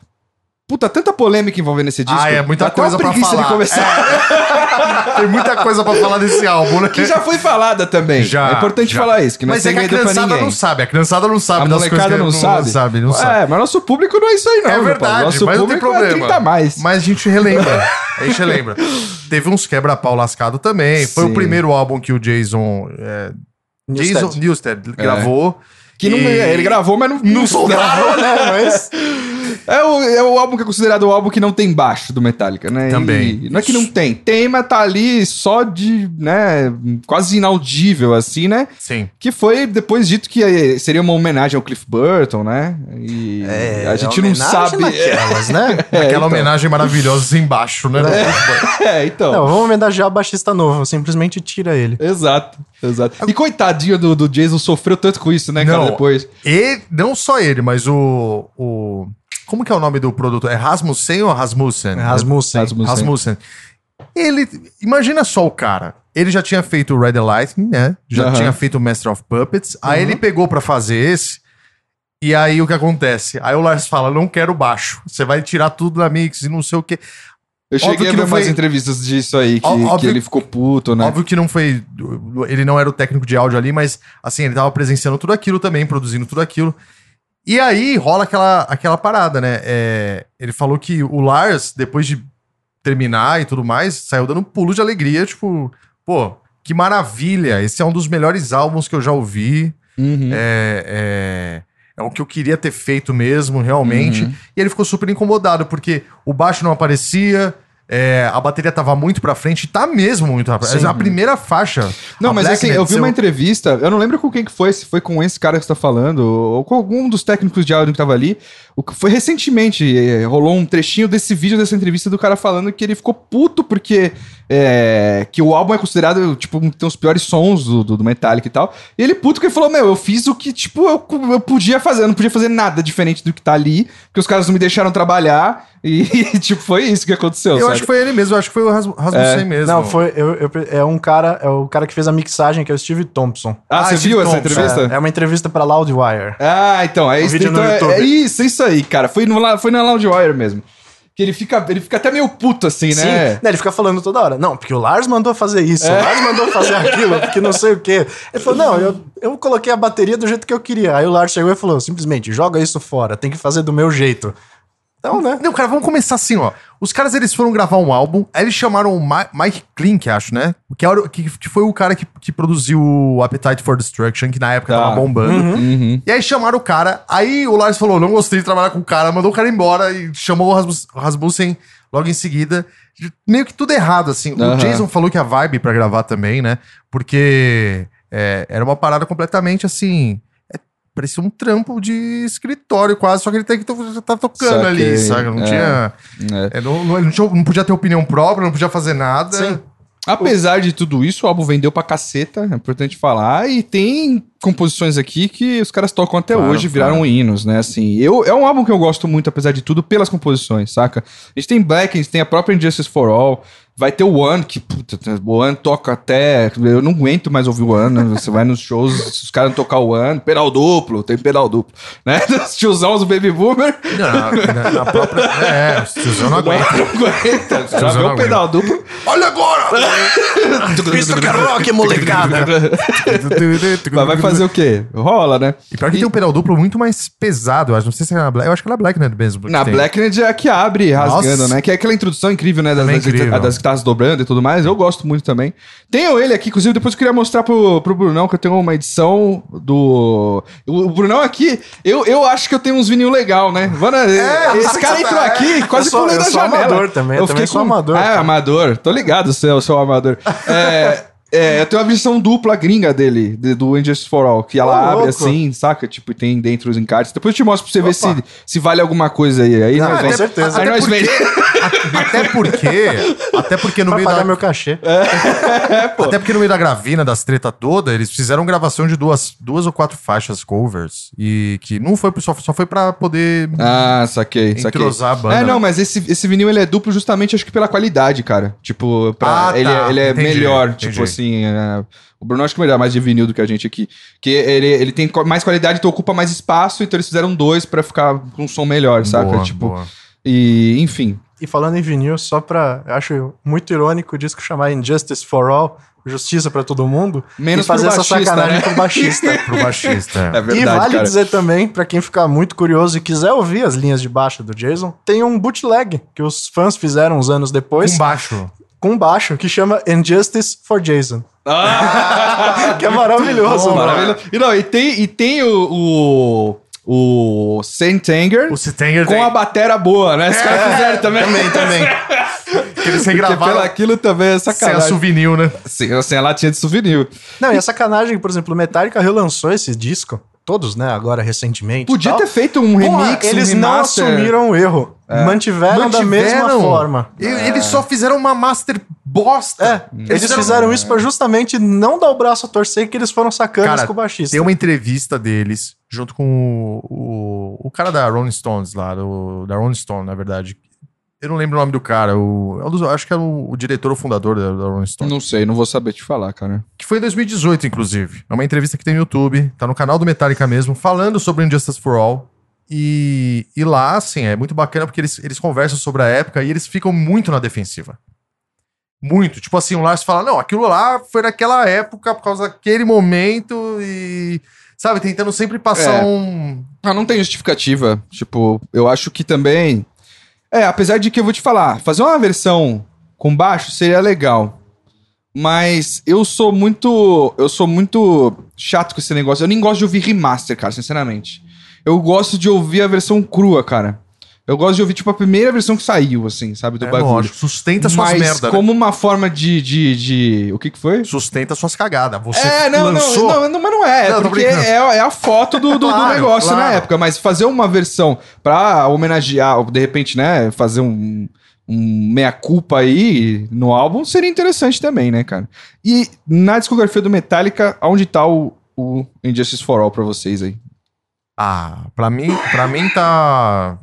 C: Puta, tanta polêmica envolvendo esse disco.
B: Ah, é muita
C: Dá até uma
B: coisa pra
C: preguiça
B: falar. É.
C: de começar.
B: Tem muita coisa pra falar desse álbum, né?
C: Que já foi falada também.
B: Já,
C: é importante
B: já.
C: falar isso, que não
B: Mas
C: tem
B: é que a
C: medo pra
B: criançada
C: ninguém.
B: não sabe, a criançada não sabe
C: A
B: das coisas
C: molecada
B: que
C: não sabe?
B: não sabe. Não sabe.
C: É, mas nosso público não é isso aí, não.
B: É
C: João Paulo.
B: verdade,
C: Nosso
B: mas não tem
C: público é
B: problema.
C: 30 a mais.
B: Mas a gente relembra. A gente relembra. Teve uns quebra-pau lascado também. Foi
C: Sim.
B: o primeiro álbum que o Jason. é,
D: Newsted.
B: Jason Newsted gravou.
C: É. Que não, é,
B: E-
C: ele gravou, mas não,
B: Não soltaram,
D: Não, né? Mas
C: É o, é o álbum que é considerado o álbum que não tem baixo do Metallica, né?
B: Também.
C: E não é que não tem. Tem, mas tá ali só de, né, quase inaudível, assim, né?
B: Sim.
C: Que foi depois dito que eh, seria uma homenagem ao Cliff Burton, né? E
B: É,
C: a gente não
D: homenagem
C: sabe.
D: Naquelas, né?
C: É,
B: Aquela
C: então.
B: homenagem maravilhosa assim embaixo, né?
C: É, então.
D: Não, vamos homenagear o baixista novo, simplesmente tira ele.
C: Exato, exato. E coitadinho do, do Jason sofreu tanto com isso, né,
B: Não.
C: cara? Depois.
B: E não só ele, mas o. o como que é o nome do produto? É Rasmussen ou
C: É,
B: Rasmussen?
D: É Rasmussen.
C: Rasmussen.
B: Rasmussen. Ele. Imagina só o cara. Ele já tinha feito o Red Lightning, né? Já
C: Aham.
B: tinha feito o Master of Puppets. Aí ele pegou pra fazer esse. E aí o que acontece? Aí o Lars fala: não quero baixo. Você vai tirar tudo da mix e não sei o quê.
C: Eu
B: Óbvio
C: cheguei a
B: que
C: ver
B: não
C: umas
B: foi-
C: entrevistas disso aí, que,
B: Ó-
C: que
B: óbvio-
C: ele ficou puto, né?
B: Óbvio que não foi. Ele não era o técnico de áudio ali, mas assim, ele tava presenciando tudo aquilo também, produzindo tudo aquilo. E aí rola aquela, aquela parada, né? É, ele falou que o Lars, depois de terminar e tudo mais, saiu dando um pulo de alegria, tipo, pô, que maravilha! Esse é um dos melhores álbuns que eu já ouvi.
C: Uhum.
B: É, é, é o que eu queria ter feito mesmo, realmente.
C: Uhum.
B: E ele ficou super incomodado, porque o baixo não aparecia. é, a bateria tava muito pra frente, tá mesmo muito pra frente.
D: Sim.
B: A primeira faixa.
C: Não,
B: a
C: mas
B: Blacknet,
C: assim, eu vi
B: seu-
C: uma entrevista, eu não lembro com quem que foi, se foi com esse cara que você tá falando, ou com algum dos técnicos de áudio que tava ali. O que foi recentemente, eh, rolou um trechinho desse vídeo, dessa entrevista do cara falando que ele ficou puto porque eh, que o álbum é considerado, tipo, um- tem os piores sons do, do, do Metallica e tal. E ele puto que ele falou, meu, eu fiz o que, tipo, eu, eu podia fazer, eu não podia fazer nada diferente do que tá ali, porque os caras não me deixaram trabalhar e, tipo, foi isso que aconteceu,
B: Eu
C: sabe? É.
B: acho que foi ele mesmo, eu acho que foi o Rasm- Rasmussen mesmo.
D: Não, foi. eu- eu- é um cara, é o cara que fez a mixagem, que é o Steve Thompson.
C: Ah, você
B: Ah, Steve
C: viu essa
B: Thompson,
C: entrevista?
D: É, é uma entrevista pra Loudwire.
C: Ah, então, é
D: Um
C: isso,
D: vídeo no
C: então é,
D: YouTube.
C: é isso, é isso aí, cara. Foi, no, la- foi na Loudwire mesmo. Que ele fica, ele fica até meio puto assim,
D: Sim,
C: né? É.
D: né, ele fica falando toda hora. Não, porque o Lars mandou fazer isso, o Lars mandou fazer aquilo, porque não sei o quê. Ele falou: não, eu, eu coloquei a bateria do jeito que eu queria. Aí o Lars chegou e falou: simplesmente, joga isso fora, tem que fazer do meu jeito. Então, né?
B: Não, cara, vamos começar assim, ó. Os caras, eles foram gravar um álbum, aí eles chamaram o Ma- Mike Klink, acho, né? Que, era o- que- que foi o cara que, que produziu o Appetite for Destruction, que na época
C: Tá.
B: tava bombando.
D: Uhum.
C: Uhum,
B: E aí chamaram o cara, aí o Lars falou, não gostei de trabalhar com o cara, mandou o cara embora e chamou o Rasmus- Rasmussen logo em seguida. Meio que tudo errado, assim. O
C: Aham.
B: Jason falou que a vibe pra gravar também, né? Porque é, era uma parada completamente assim... é, Parecia um trampo de escritório quase, só que ele tem que to- tá tocando
C: Saquei.
B: ali, sabe? Não
C: É.
B: tinha...
C: É.
B: É, não, não- ele não, tinha- não podia ter opinião própria, não podia fazer nada.
D: Sim.
C: Apesar de tudo isso, o álbum vendeu pra caceta, é importante falar. E tem composições aqui que os caras tocam até
B: Claro,
C: hoje, viraram hinos, né? Assim, eu, é um álbum que eu gosto muito, apesar de tudo, pelas composições, saca? A gente tem Black, a gente tem a própria Injustice for All. Vai ter o One, que, puta, o One toca até. Eu não aguento mais ouvir o One, né? Você vai nos shows, se os caras não tocar o One, pedal duplo, tem pedal duplo, né? Os tiozão do Baby Boomer.
B: Na, na- na própria. É, o tiozão não aguenta.
C: Não aguenta. Os caras
B: Tiozão
C: vê
B: não
C: o pedal duplo.
B: Olha agora!
D: Isso que é rock, molecada!
C: Mas vai fazer o quê? Rola, né?
B: E pior que tem um pedal duplo muito mais pesado, eu acho. Não sei se é na Black. Eu acho que é na Black, né? Mesmo,
C: Na Blacknet é a que abre rasgando,
B: Nossa.
C: né? Que é aquela introdução incrível, né? Das,
B: Também
C: das,
B: incrível.
C: a das guitarras dobrando e tudo mais. Eu gosto muito também. Tenho ele aqui, inclusive, depois eu queria mostrar pro, pro Brunão que eu tenho uma edição do. O, o Brunão aqui, eu, eu acho que eu tenho uns vinil legal, né? Vana, esse cara entrou aqui, quase
D: É, Eu sou-
C: pulei
D: eu
C: da
D: sou
C: janela.
D: amador também, eu também sou amador,
C: Ah, é,
D: cara.
C: amador. Tô ligado, seu, seu amador. É. É, eu tenho uma versão dupla gringa dele, de- do Injustice for All, que ela
D: Ô,
C: abre
D: louco.
C: assim, saca? Tipo, e tem dentro os encartes. Depois eu te mostro pra você ver se, se vale alguma coisa aí. Aí
D: Não,
C: nós
D: com
C: vamos-
D: certeza.
C: Aí
B: Até
C: nós
B: porque-
C: vemos.
B: Até porque. Até porque no
D: Pra
B: meio
D: pagar
B: da.
D: meu cachê.
C: É,
B: Até porque no meio da gravina, das treta toda, eles fizeram gravação de duas, duas ou quatro faixas covers. E que não foi. pro- Só, só foi pra poder
C: Ah, saquei, saquei.
B: entrosar a banda.
C: É, não, mas esse, esse vinil ele é duplo justamente acho que pela qualidade, cara. Tipo, pra,
B: Ah, tá.
C: ele, é- ele é
B: Entendi,
C: melhor,
B: entendi.
C: tipo assim, é, o Bruno acho que melhor mais de vinil do que a gente aqui. Que ele, ele tem co- mais qualidade, então ocupa mais espaço, então eles fizeram dois pra ficar com um som melhor, saca?
B: Boa,
C: Tipo,
B: boa.
C: e enfim.
D: E falando em vinil, só pra. Eu acho muito irônico o disco chamar Injustice for All, Justiça pra Todo Mundo,
C: Menos
D: e fazer
C: pro
D: essa
C: baixista,
D: sacanagem
C: né?
D: com o baixista.
B: Pro baixista. é.
C: É
D: e
C: verdade,
D: vale
C: cara.
D: dizer também, pra quem ficar muito curioso e quiser ouvir as linhas de baixo do Jason, tem um bootleg que os fãs fizeram uns anos depois
B: Com baixo.
D: com um baixo que chama Injustice for Jason,
C: Ah!
D: que é maravilhoso.
B: bom,
D: mano.
C: Maravilhoso. E não, e tem, e tem o, o- o Saint Anger
B: O Stanger
C: com
B: tem
C: a batera boa, né? Os caras fizeram também.
D: É, Também, também.
B: aquele sem
C: Porque
B: gravar,
C: pelo aquilo também é
B: sem a
C: sacanagem.
B: souvenir, né?
C: Sem, sem a latinha de souvenir.
D: Não, e a sacanagem, por exemplo, o Metallica relançou esse disco, todos, né, agora recentemente. e
C: Podia
D: tal.
C: ter feito um
D: Porra,
C: remix,
D: Eles
C: um
D: não
C: remaster.
D: assumiram o erro. Mantiveram, da mesma
B: Mantiveram.
D: forma.
B: E- Eles só fizeram uma master bosta.
D: É, eles fizeram isso pra justamente não dar o braço a torcer que eles foram sacanas
B: Cara,
D: com o baixista.
B: Tem um uma entrevista deles junto com o, o, o cara da Rolling Stones lá, do- da Rolling Stone, na verdade. Eu não lembro o nome do cara. O, é um dos- acho que é o, o diretor ou fundador da, da Rolling Stone.
C: Não sei, não vou saber te falar, cara.
B: Que foi em 2018, inclusive. É uma entrevista que tem no YouTube, tá no canal do Metallica mesmo, falando sobre Injustice for All. E, e lá, assim, é muito bacana porque eles, eles conversam sobre a época e eles ficam muito na defensiva. Muito. Tipo assim, o Lars fala: não, aquilo lá foi naquela época, por causa daquele momento e. Sabe, tentando sempre passar
C: É.
B: um.
C: Ah, não tem justificativa. Tipo, eu acho que também. É, apesar de que eu vou te falar, fazer uma versão com baixo seria legal. Mas eu sou muito. Eu sou muito chato com esse negócio. Eu nem gosto de ouvir remaster, cara, sinceramente. Eu gosto de ouvir a versão crua, cara. Eu gosto de ouvir, tipo, a primeira versão que saiu, assim, sabe, do
B: É,
C: bagulho.
B: lógico, sustenta suas
C: Mas
B: merda. né?
C: como uma forma de, de, de. O que que foi?
B: Sustenta suas cagadas. Você
C: É, não,
B: lançou.
C: não, não, não, mas não é.
B: Não,
C: é
B: tô
C: porque
B: brincando.
C: é, é a foto do, do- do
B: Claro,
C: negócio na
B: claro.
C: época. Mas fazer uma versão pra homenagear, ou de repente, né, fazer um, um meia-culpa aí no álbum seria interessante também, né, cara? E na discografia do Metallica, onde tá o, o Injustice for All pra vocês aí?
B: Ah, pra mim, pra mim tá.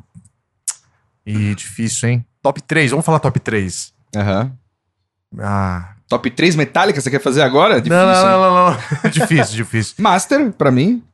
B: Ih, difícil, hein? Top 3, vamos falar top 3.
C: Aham.
B: Ah.
C: Top 3 Metallica, você quer fazer agora? Difícil,
B: não, não,
C: hein?
B: não, não, não. difícil, difícil.
C: Master, pra mim.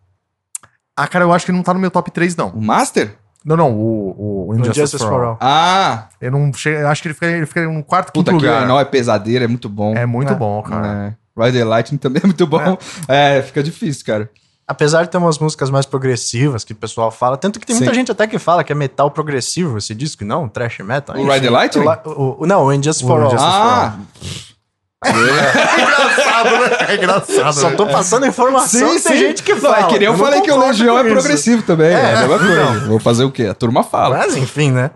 B: Ah, cara, eu acho que não tá no meu top 3, não.
C: O Master?
B: Não, não, o, o
D: No
B: Injustice,
D: Justice
B: for, All.
C: Ah,
B: Eu não chego, eu acho que ele fica, ele fica no quarto, quinto
C: puta que
B: lugar.
C: não, é pesadeira, é muito bom.
B: É muito
D: É.
B: bom, cara.
C: É. Ride the Lightning também é muito bom. É, fica difícil, cara.
D: Apesar de ter umas músicas mais progressivas que o pessoal fala, tanto que tem muita
C: Sim.
D: gente até que fala que é metal progressivo esse disco, e não trash metal.
C: O
D: enfim.
C: Ride the Lightning?
D: O la- o- o- não, o Injustice
B: O
D: for All.
B: Injustice for
C: Ah,
B: É engraçado, né? É engraçado.
D: Só
B: né?
D: tô passando informação que tem gente que fala.
C: Não, é que nem eu,
D: não
C: falei que o
D: concordo
C: Legião
D: com
C: é
D: isso.
C: progressivo também. É, a mesma coisa. Vou fazer o quê? A turma fala.
D: Mas enfim, né?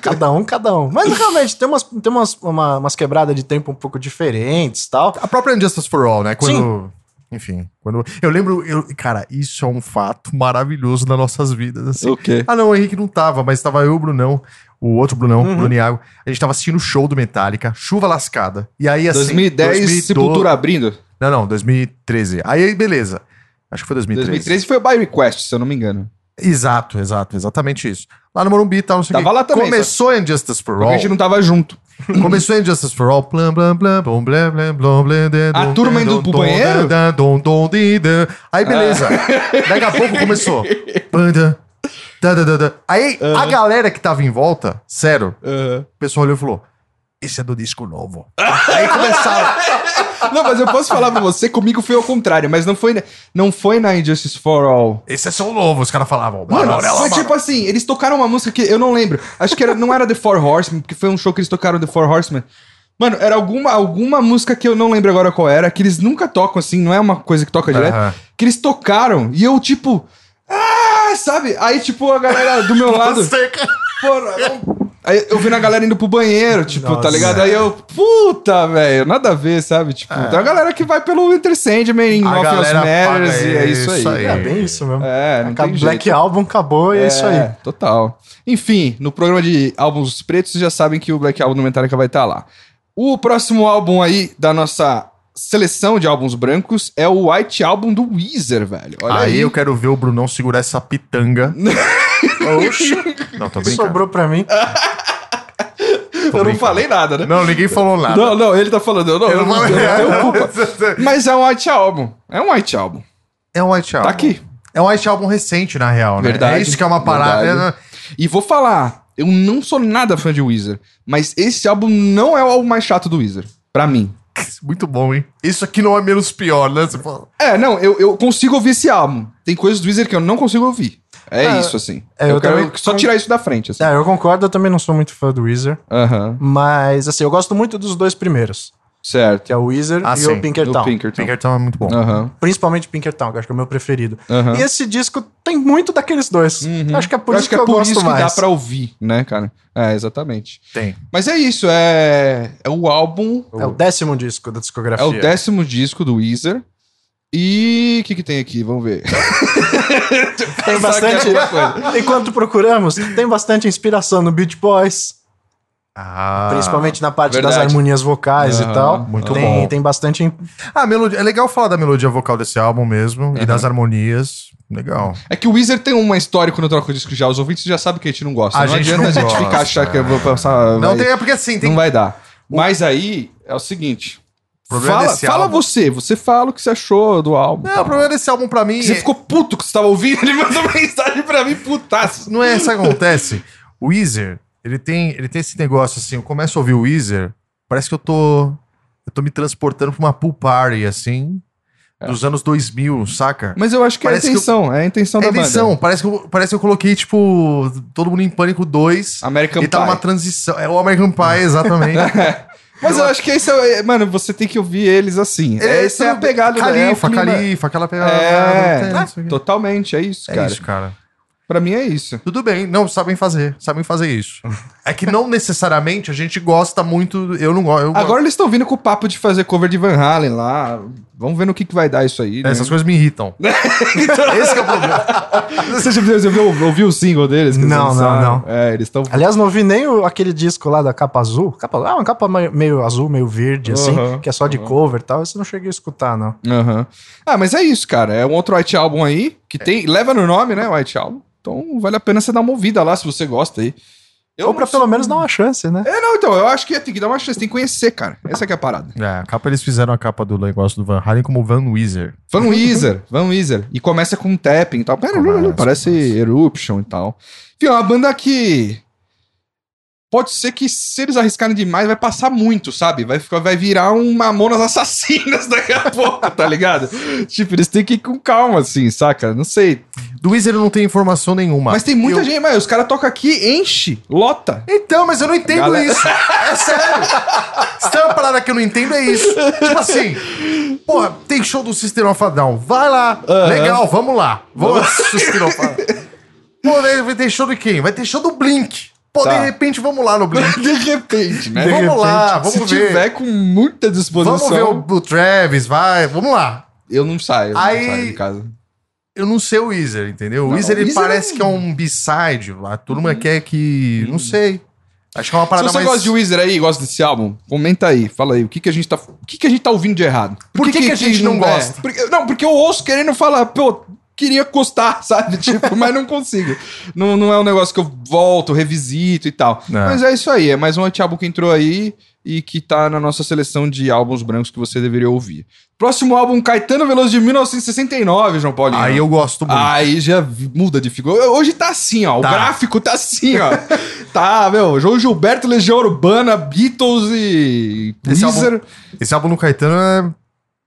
D: cada um, cada um. Mas realmente, tem umas, tem umas, uma- umas quebradas de tempo um pouco diferentes e
C: Tá
D: tal.
B: A própria Injustice for All, né? Quando. Enfim, quando. Eu lembro. Eu, cara, isso é um fato maravilhoso nas nossas vidas, assim.
C: O quê?
B: Ah, não, o Henrique não tava, mas tava eu, o Brunão, o outro Brunão,
C: Uhum.
B: o Bruno Iago. A gente tava assistindo o show do Metallica, chuva lascada. E aí, assim.
C: 2010,
B: 2012
C: Sepultura abrindo.
B: Não, não, 2013. Aí, beleza. Acho que foi 2013.
C: 2013 foi o By Request, se eu não me engano.
B: Exato, exato, exatamente isso. Lá no Morumbi e tal, não sei o
C: Tava
B: quê.
C: lá também,
B: Começou a Injustice for
C: Porque
B: All.
C: a gente não tava junto.
B: Começou a Injustice for All. Blam, blam, blam, blam, blam, blam, blam, blam, dam,
C: A
B: dam, dam,
C: turma indo pro
B: dam,
C: banheiro? Ah.
B: dam, dam, dam, dam, dam. Aí, beleza. Daqui a pouco começou. Panda. Da, da, da, da. Aí,
C: Ah.
B: a galera que tava em volta, sério, o pessoal olhou e falou: Esse é do disco novo. Aí começaram.
C: Não, mas eu posso falar pra você, comigo foi ao contrário, mas não foi, não foi na Injustice for All.
B: Esse é som novo, os caras falavam.
C: Mano,
B: "Barulho, ela
C: foi
B: barulho."
C: tipo assim, eles tocaram uma música que eu não lembro. Acho que era, não era The Four Horsemen, porque foi um show que eles tocaram The Four Horsemen. Mano, era alguma, alguma música que eu não lembro agora qual era, que eles nunca tocam assim, não é uma coisa que toca direto.
B: Aham.
C: Que eles tocaram e eu, tipo. Ah, sabe? Aí, tipo, a galera do meu lado.
B: Você, cara.
C: Porra, eu- Aí eu vi na galera indo pro banheiro, tipo, tá
D: Nossa.
C: ligado? Aí eu, puta, velho, nada a ver, sabe? Tipo, tem a galera que vai pelo Enter Sandman, em
B: É. A
C: Off Us
B: galera
C: Matters,
B: paga
C: e é isso aí.
B: isso aí.
C: cara.
D: É bem isso mesmo.
C: É, não
D: Acaba-
C: tem jeito.
D: Black Album acabou e é, isso aí.
C: Total. Enfim, no programa de álbuns pretos, vocês já sabem que o Black Album do Metallica vai estar lá. O próximo álbum aí da nossa seleção de álbuns brancos é o White Album do Weezer, velho. Olha aí.
B: Aí eu quero ver o Brunão segurar essa pitanga.
D: Oxi,
B: Não, tô brincando.
D: sobrou pra mim.
C: eu não
B: brincando.
C: falei nada, né?
B: Não, ninguém falou nada.
C: Não, não, ele tá falando. Eu não, eu não, eu não tenho culpa. Mas é um White Album. É um White Album.
B: É um White Album.
C: Tá aqui.
B: É um White Album recente, na real, né?
C: Verdade.
B: É isso que é uma parada.
C: Verdade. E vou falar, eu não sou nada fã de Weezer, mas esse álbum não é o álbum mais chato do Weezer, pra mim.
B: É, Muito bom, hein? Isso aqui não é menos pior, né? Você fala-
C: É, não, eu, eu consigo ouvir esse álbum. Tem coisas do Weezer que eu não consigo ouvir. É
D: Ah,
C: isso, assim.
D: é,
C: eu,
D: eu
C: quero
D: também-
C: só tirar isso da frente, assim.
D: É, eu concordo, eu também não sou muito fã do Weezer.
C: Aham.
D: Mas, assim, eu gosto muito dos dois primeiros.
C: Certo.
D: que é o Weezer
B: Ah,
D: e
B: sim,
D: o Pinkerton.
C: Do Pinkerton.
B: Pinkerton é muito bom.
C: Aham.
D: Principalmente o Pinkerton, que eu acho que é o meu preferido.
C: Aham.
D: E esse disco tem muito daqueles dois.
C: Uhum.
D: Acho que é por
C: Eu
D: isso que, eu gosto mais.
C: dá pra ouvir, né, cara? É, exatamente.
B: Tem.
C: Mas é isso, é, é o álbum,
D: É o décimo disco da
C: é
D: discografia.
C: o décimo disco do Weezer. E o que, que tem aqui? Vamos ver.
D: Tem bastante.
C: Saca alguma é coisa.
D: Enquanto procuramos, tem bastante inspiração no Beach Boys,
B: Ah,
D: principalmente na parte das
C: verdade.
D: harmonias vocais
C: Aham,
D: e tal.
B: muito
D: tem,
B: bom.
D: Tem bastante.
B: Ah, melodia. É legal falar da melodia vocal desse álbum mesmo e
C: Aham.
B: das harmonias. Legal.
C: É que o Weezer tem uma história quando eu troco o disco já. Os ouvintes já sabem que a gente não gosta.
B: A
C: não
B: gente
C: adianta
B: não
C: a gente
B: gosta,
C: ficar achar que eu vou
B: Não,
C: passar. vai-
B: tem, é porque assim, tem
C: não vai dar. Mas aí é o seguinte.
B: problema
C: Fala,
B: desse
C: fala
B: álbum.
C: você, você fala o que você achou do álbum.
B: Não, o problema desse álbum pra mim.
C: Você
B: é-
C: ficou puto que você tava ouvindo, ele mandou mensagem pra mim, putaço.
B: Não é isso que acontece. O Weezer, ele tem, ele tem esse negócio assim, eu começo a ouvir o Weezer, parece que eu tô eu tô me transportando pra uma pool party assim,
C: É.
B: dos anos 2000, saca?
C: Mas eu acho que
B: Parece
C: é a
B: que
C: intenção, é a intenção
B: É
C: da banda.
B: eleição, parece que, eu, parece que eu coloquei, tipo, Todo Mundo em Pânico 2
C: American
B: e tá
C: Pie.
B: numa transição. É o American Pie, exatamente.
C: Mas eu acho que esse é. Mano, você tem que ouvir eles assim. É, essa é a pegada né? É o
B: Califa,
C: clima.
B: Califa, aquela pegada.
C: É,
B: não sei o quê.
C: totalmente, é isso,
B: É
C: cara.
B: isso, cara.
C: Pra mim é isso.
B: Tudo bem, não, sabem fazer, sabem fazer isso. É que não necessariamente a gente gosta muito, eu não gosto. eu gosto.
C: Agora eles estão vindo com o papo de fazer cover de Van Halen lá. Vamos ver no que, que vai dar isso aí. Né?
B: Essas coisas me irritam.
C: Então-
B: Esse que é o problema.
C: Você já você ouviu, ouviu o single deles? eles
D: Não, não,
C: lançaram?
D: não.
C: É, eles estão.
D: Aliás, não vi nem o- aquele disco lá da capa azul. Capa, ah, uma capa meio- meio azul, meio verde,
C: Aham,
D: assim, que é só de
C: aham.
D: cover e tal. Isso eu não cheguei a escutar, não.
C: Aham. Ah, mas é isso, cara. É um outro White Album aí, que tem. Leva no nome, né? White Album. Então vale a pena você dar uma ouvida lá se você gosta aí. Eu
D: Ou pra
C: não
D: pelo menos dar uma chance, né?
C: sei- Não, então, eu acho que tem que dar uma chance, tem que conhecer, cara. Essa que é a parada.
B: É, a capa eles fizeram a capa do negócio do Van Halen como Van Weezer.
C: Van Weezer, Van Weezer. E começa com um tapping e tal. Pera,
B: Começa,
C: lulu, parece
B: começa.
C: Eruption e tal. Enfim, é uma banda que. Pode ser que se eles arriscarem demais, vai passar muito, sabe? Vai, ficar- vai virar um Mamonas Assassinas daqui a pouco, tá ligado? tipo, eles têm que ir com calma, assim, saca? Não sei.
B: Do Weezer eu não tenho informação nenhuma.
C: Mas tem muita
B: Eu-
C: gente, mas os caras tocam aqui, enche, lota.
B: Então, mas eu não entendo
C: Galera-
B: isso. É sério. Se tem uma parada que eu não entendo, é isso. Tipo assim, porra, tem show do System of a Down. Vai lá. Legal, vamos lá. Vamos lá, System of a Down. Pô, daí vai ter show de quem? Vai ter show do Blink. Pô,
C: Tá.
B: de repente, vamos lá no Blink.
C: De repente, né?
B: vamos
D: repente,
B: lá, vamos
C: se
B: ver.
C: tiver com muita disposição,
B: Vamos ver o, o Travis, vai. Vamos lá.
C: eu não saio, eu
B: Aí-
C: não saio de casa.
B: Eu não sei o Weezer, entendeu? O
C: Não,
B: Weezer, ele
C: Weezer
B: parece
C: é um-
B: que é um B-side. A turma quer que... Não sei. Acho que é uma
C: Se
B: parada
C: você
B: mais...
C: gosta de Weezer aí, gosta desse álbum, comenta aí, fala aí, o que, que a gente tá, o que, que a gente tá ouvindo de errado?
B: Por que que a gente não
C: é?
B: gosta?
C: Porque- não, porque eu ouço querendo falar, pô, queria gostar, sabe? Tipo, mas não consigo. Não, não é um negócio que eu volto, revisito e tal.
B: É.
C: Mas é isso aí, é mais um álbum que entrou aí e que tá na nossa seleção de álbuns brancos que você deveria ouvir. Próximo álbum, Caetano Veloso de 1969, João Paulinho.
B: Aí eu gosto muito.
C: Aí já vi- muda de figura. Hoje tá assim, ó.
B: Tá.
C: O gráfico tá assim, ó. tá, meu. João Gilberto, Legião Urbana, Beatles e
B: Esse
C: Weezer.
B: Esse álbum do Caetano é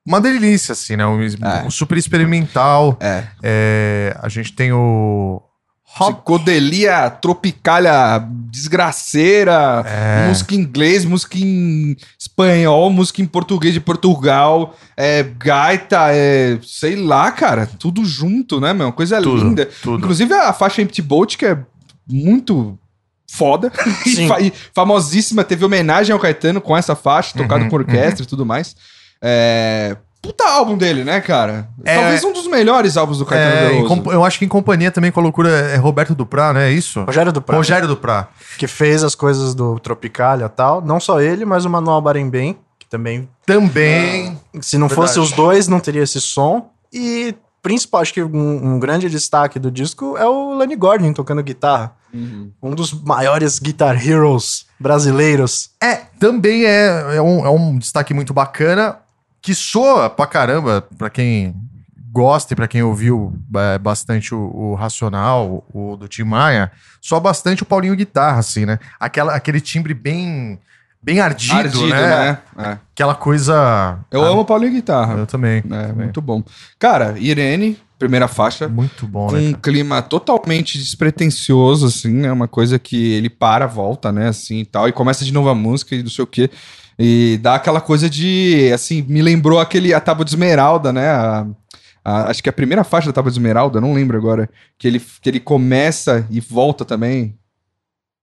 B: uma delícia, assim, né? Um, um super experimental.
C: É.
B: É, a gente tem o... Hop...
C: Psicodelia, tropicalha, desgraceira,
B: É.
C: música em inglês, música em espanhol, música em português de Portugal, é gaita, é sei lá, cara, tudo junto, né, meu? Coisa
B: Tudo,
C: linda.
B: tudo.
C: Inclusive a faixa Empty Boat, que é muito foda e,
D: Sim.
C: fa- e famosíssima, teve homenagem ao Caetano com essa faixa, tocado
B: Uhum,
C: com orquestra e tudo mais. É... Puta álbum dele, né, cara?
B: É.
C: Talvez um dos melhores álbuns do Caetano
B: É, em
C: Veloso.
B: compa- eu acho que em companhia também com a loucura é Roberto Duprá, né? É isso?
D: Rogério do Prado,
B: Rogério Duprá.
D: que fez as coisas do Tropicália e tal. Não só ele, mas o Manuel Barembem, que também
B: Também.
D: Se não
B: Verdade.
D: fosse os dois, não teria esse som. E principal, acho que um, um grande destaque do disco é o Lenny Gordon tocando guitarra.
C: Uhum.
D: Um dos maiores guitar heroes brasileiros.
B: É, também é, é, um, é um destaque muito bacana, que soa pra caramba, pra quem gosta e pra quem ouviu é, bastante o, o Racional, o do Tim Maia, soa bastante o Paulinho Guitarra, assim, né? Aquela, aquele timbre bem, bem ardido,
C: Ardido,
B: né?
C: né? É.
B: Aquela coisa...
C: Eu
B: Ah,
C: amo Paulinho Guitarra.
B: Eu também.
C: É,
B: também.
C: muito bom. Cara, Irene, primeira faixa.
B: Muito bom,
C: com um
B: né?
C: clima totalmente despretensioso, assim, né? Uma coisa que ele para, volta, né? Assim e tal, e começa de novo a música e não sei o quê. E dá aquela coisa de, assim, me lembrou aquele, a Tábua de Esmeralda, né? A- a- acho que é a primeira faixa da Tábua de Esmeralda, não lembro agora, que ele, que ele começa e volta também.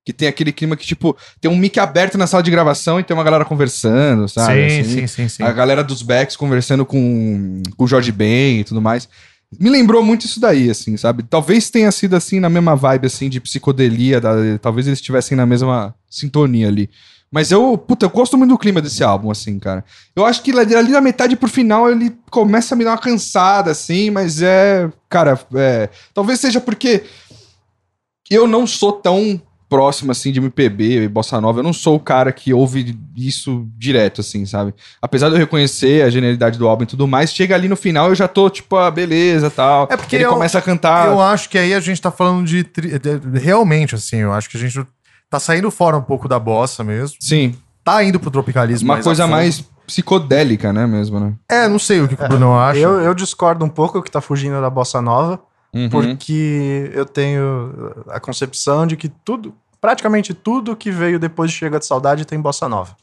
C: Que tem aquele clima que, tipo, tem um mic aberto na sala de gravação e tem uma galera conversando, sabe?
B: sim,
C: assim.
B: sim, sim, sim.
C: A galera dos backs conversando com, com o Jorge Ben e tudo mais. Me lembrou muito isso daí, assim, sabe? Talvez tenha sido assim, na mesma vibe, assim, de psicodelia. da- talvez eles estivessem na mesma sintonia ali. Mas eu, puta, eu gosto muito do clima desse álbum, assim, cara. Eu acho que ali ali na metade pro final ele começa a me dar uma cansada, assim, mas é. Cara, é. Talvez seja porque eu não sou tão próximo, assim, de MPB e bossa nova. Eu não sou o cara que ouve isso direto, assim, sabe? Apesar de eu reconhecer a genialidade do álbum e tudo mais, chega ali no final eu já tô, tipo, ah, beleza, tal.
B: É porque
C: ele
B: eu-
C: começa a cantar.
B: Eu acho que aí a gente tá falando de, tri- de- de- Realmente, assim, eu acho que a gente tá saindo fora um pouco da bossa mesmo.
C: Sim,
B: Tá indo pro tropicalismo.
C: uma
B: mais a
C: coisa
B: fundo.
C: mais psicodélica, né, mesmo, né?
B: É, não sei o que, que o Bruno acha.
D: Eu, eu discordo um pouco que tá fugindo da bossa nova,
C: Uhum.
D: porque eu tenho a concepção de que tudo, praticamente tudo que veio depois de Chega de Saudade tem bossa nova.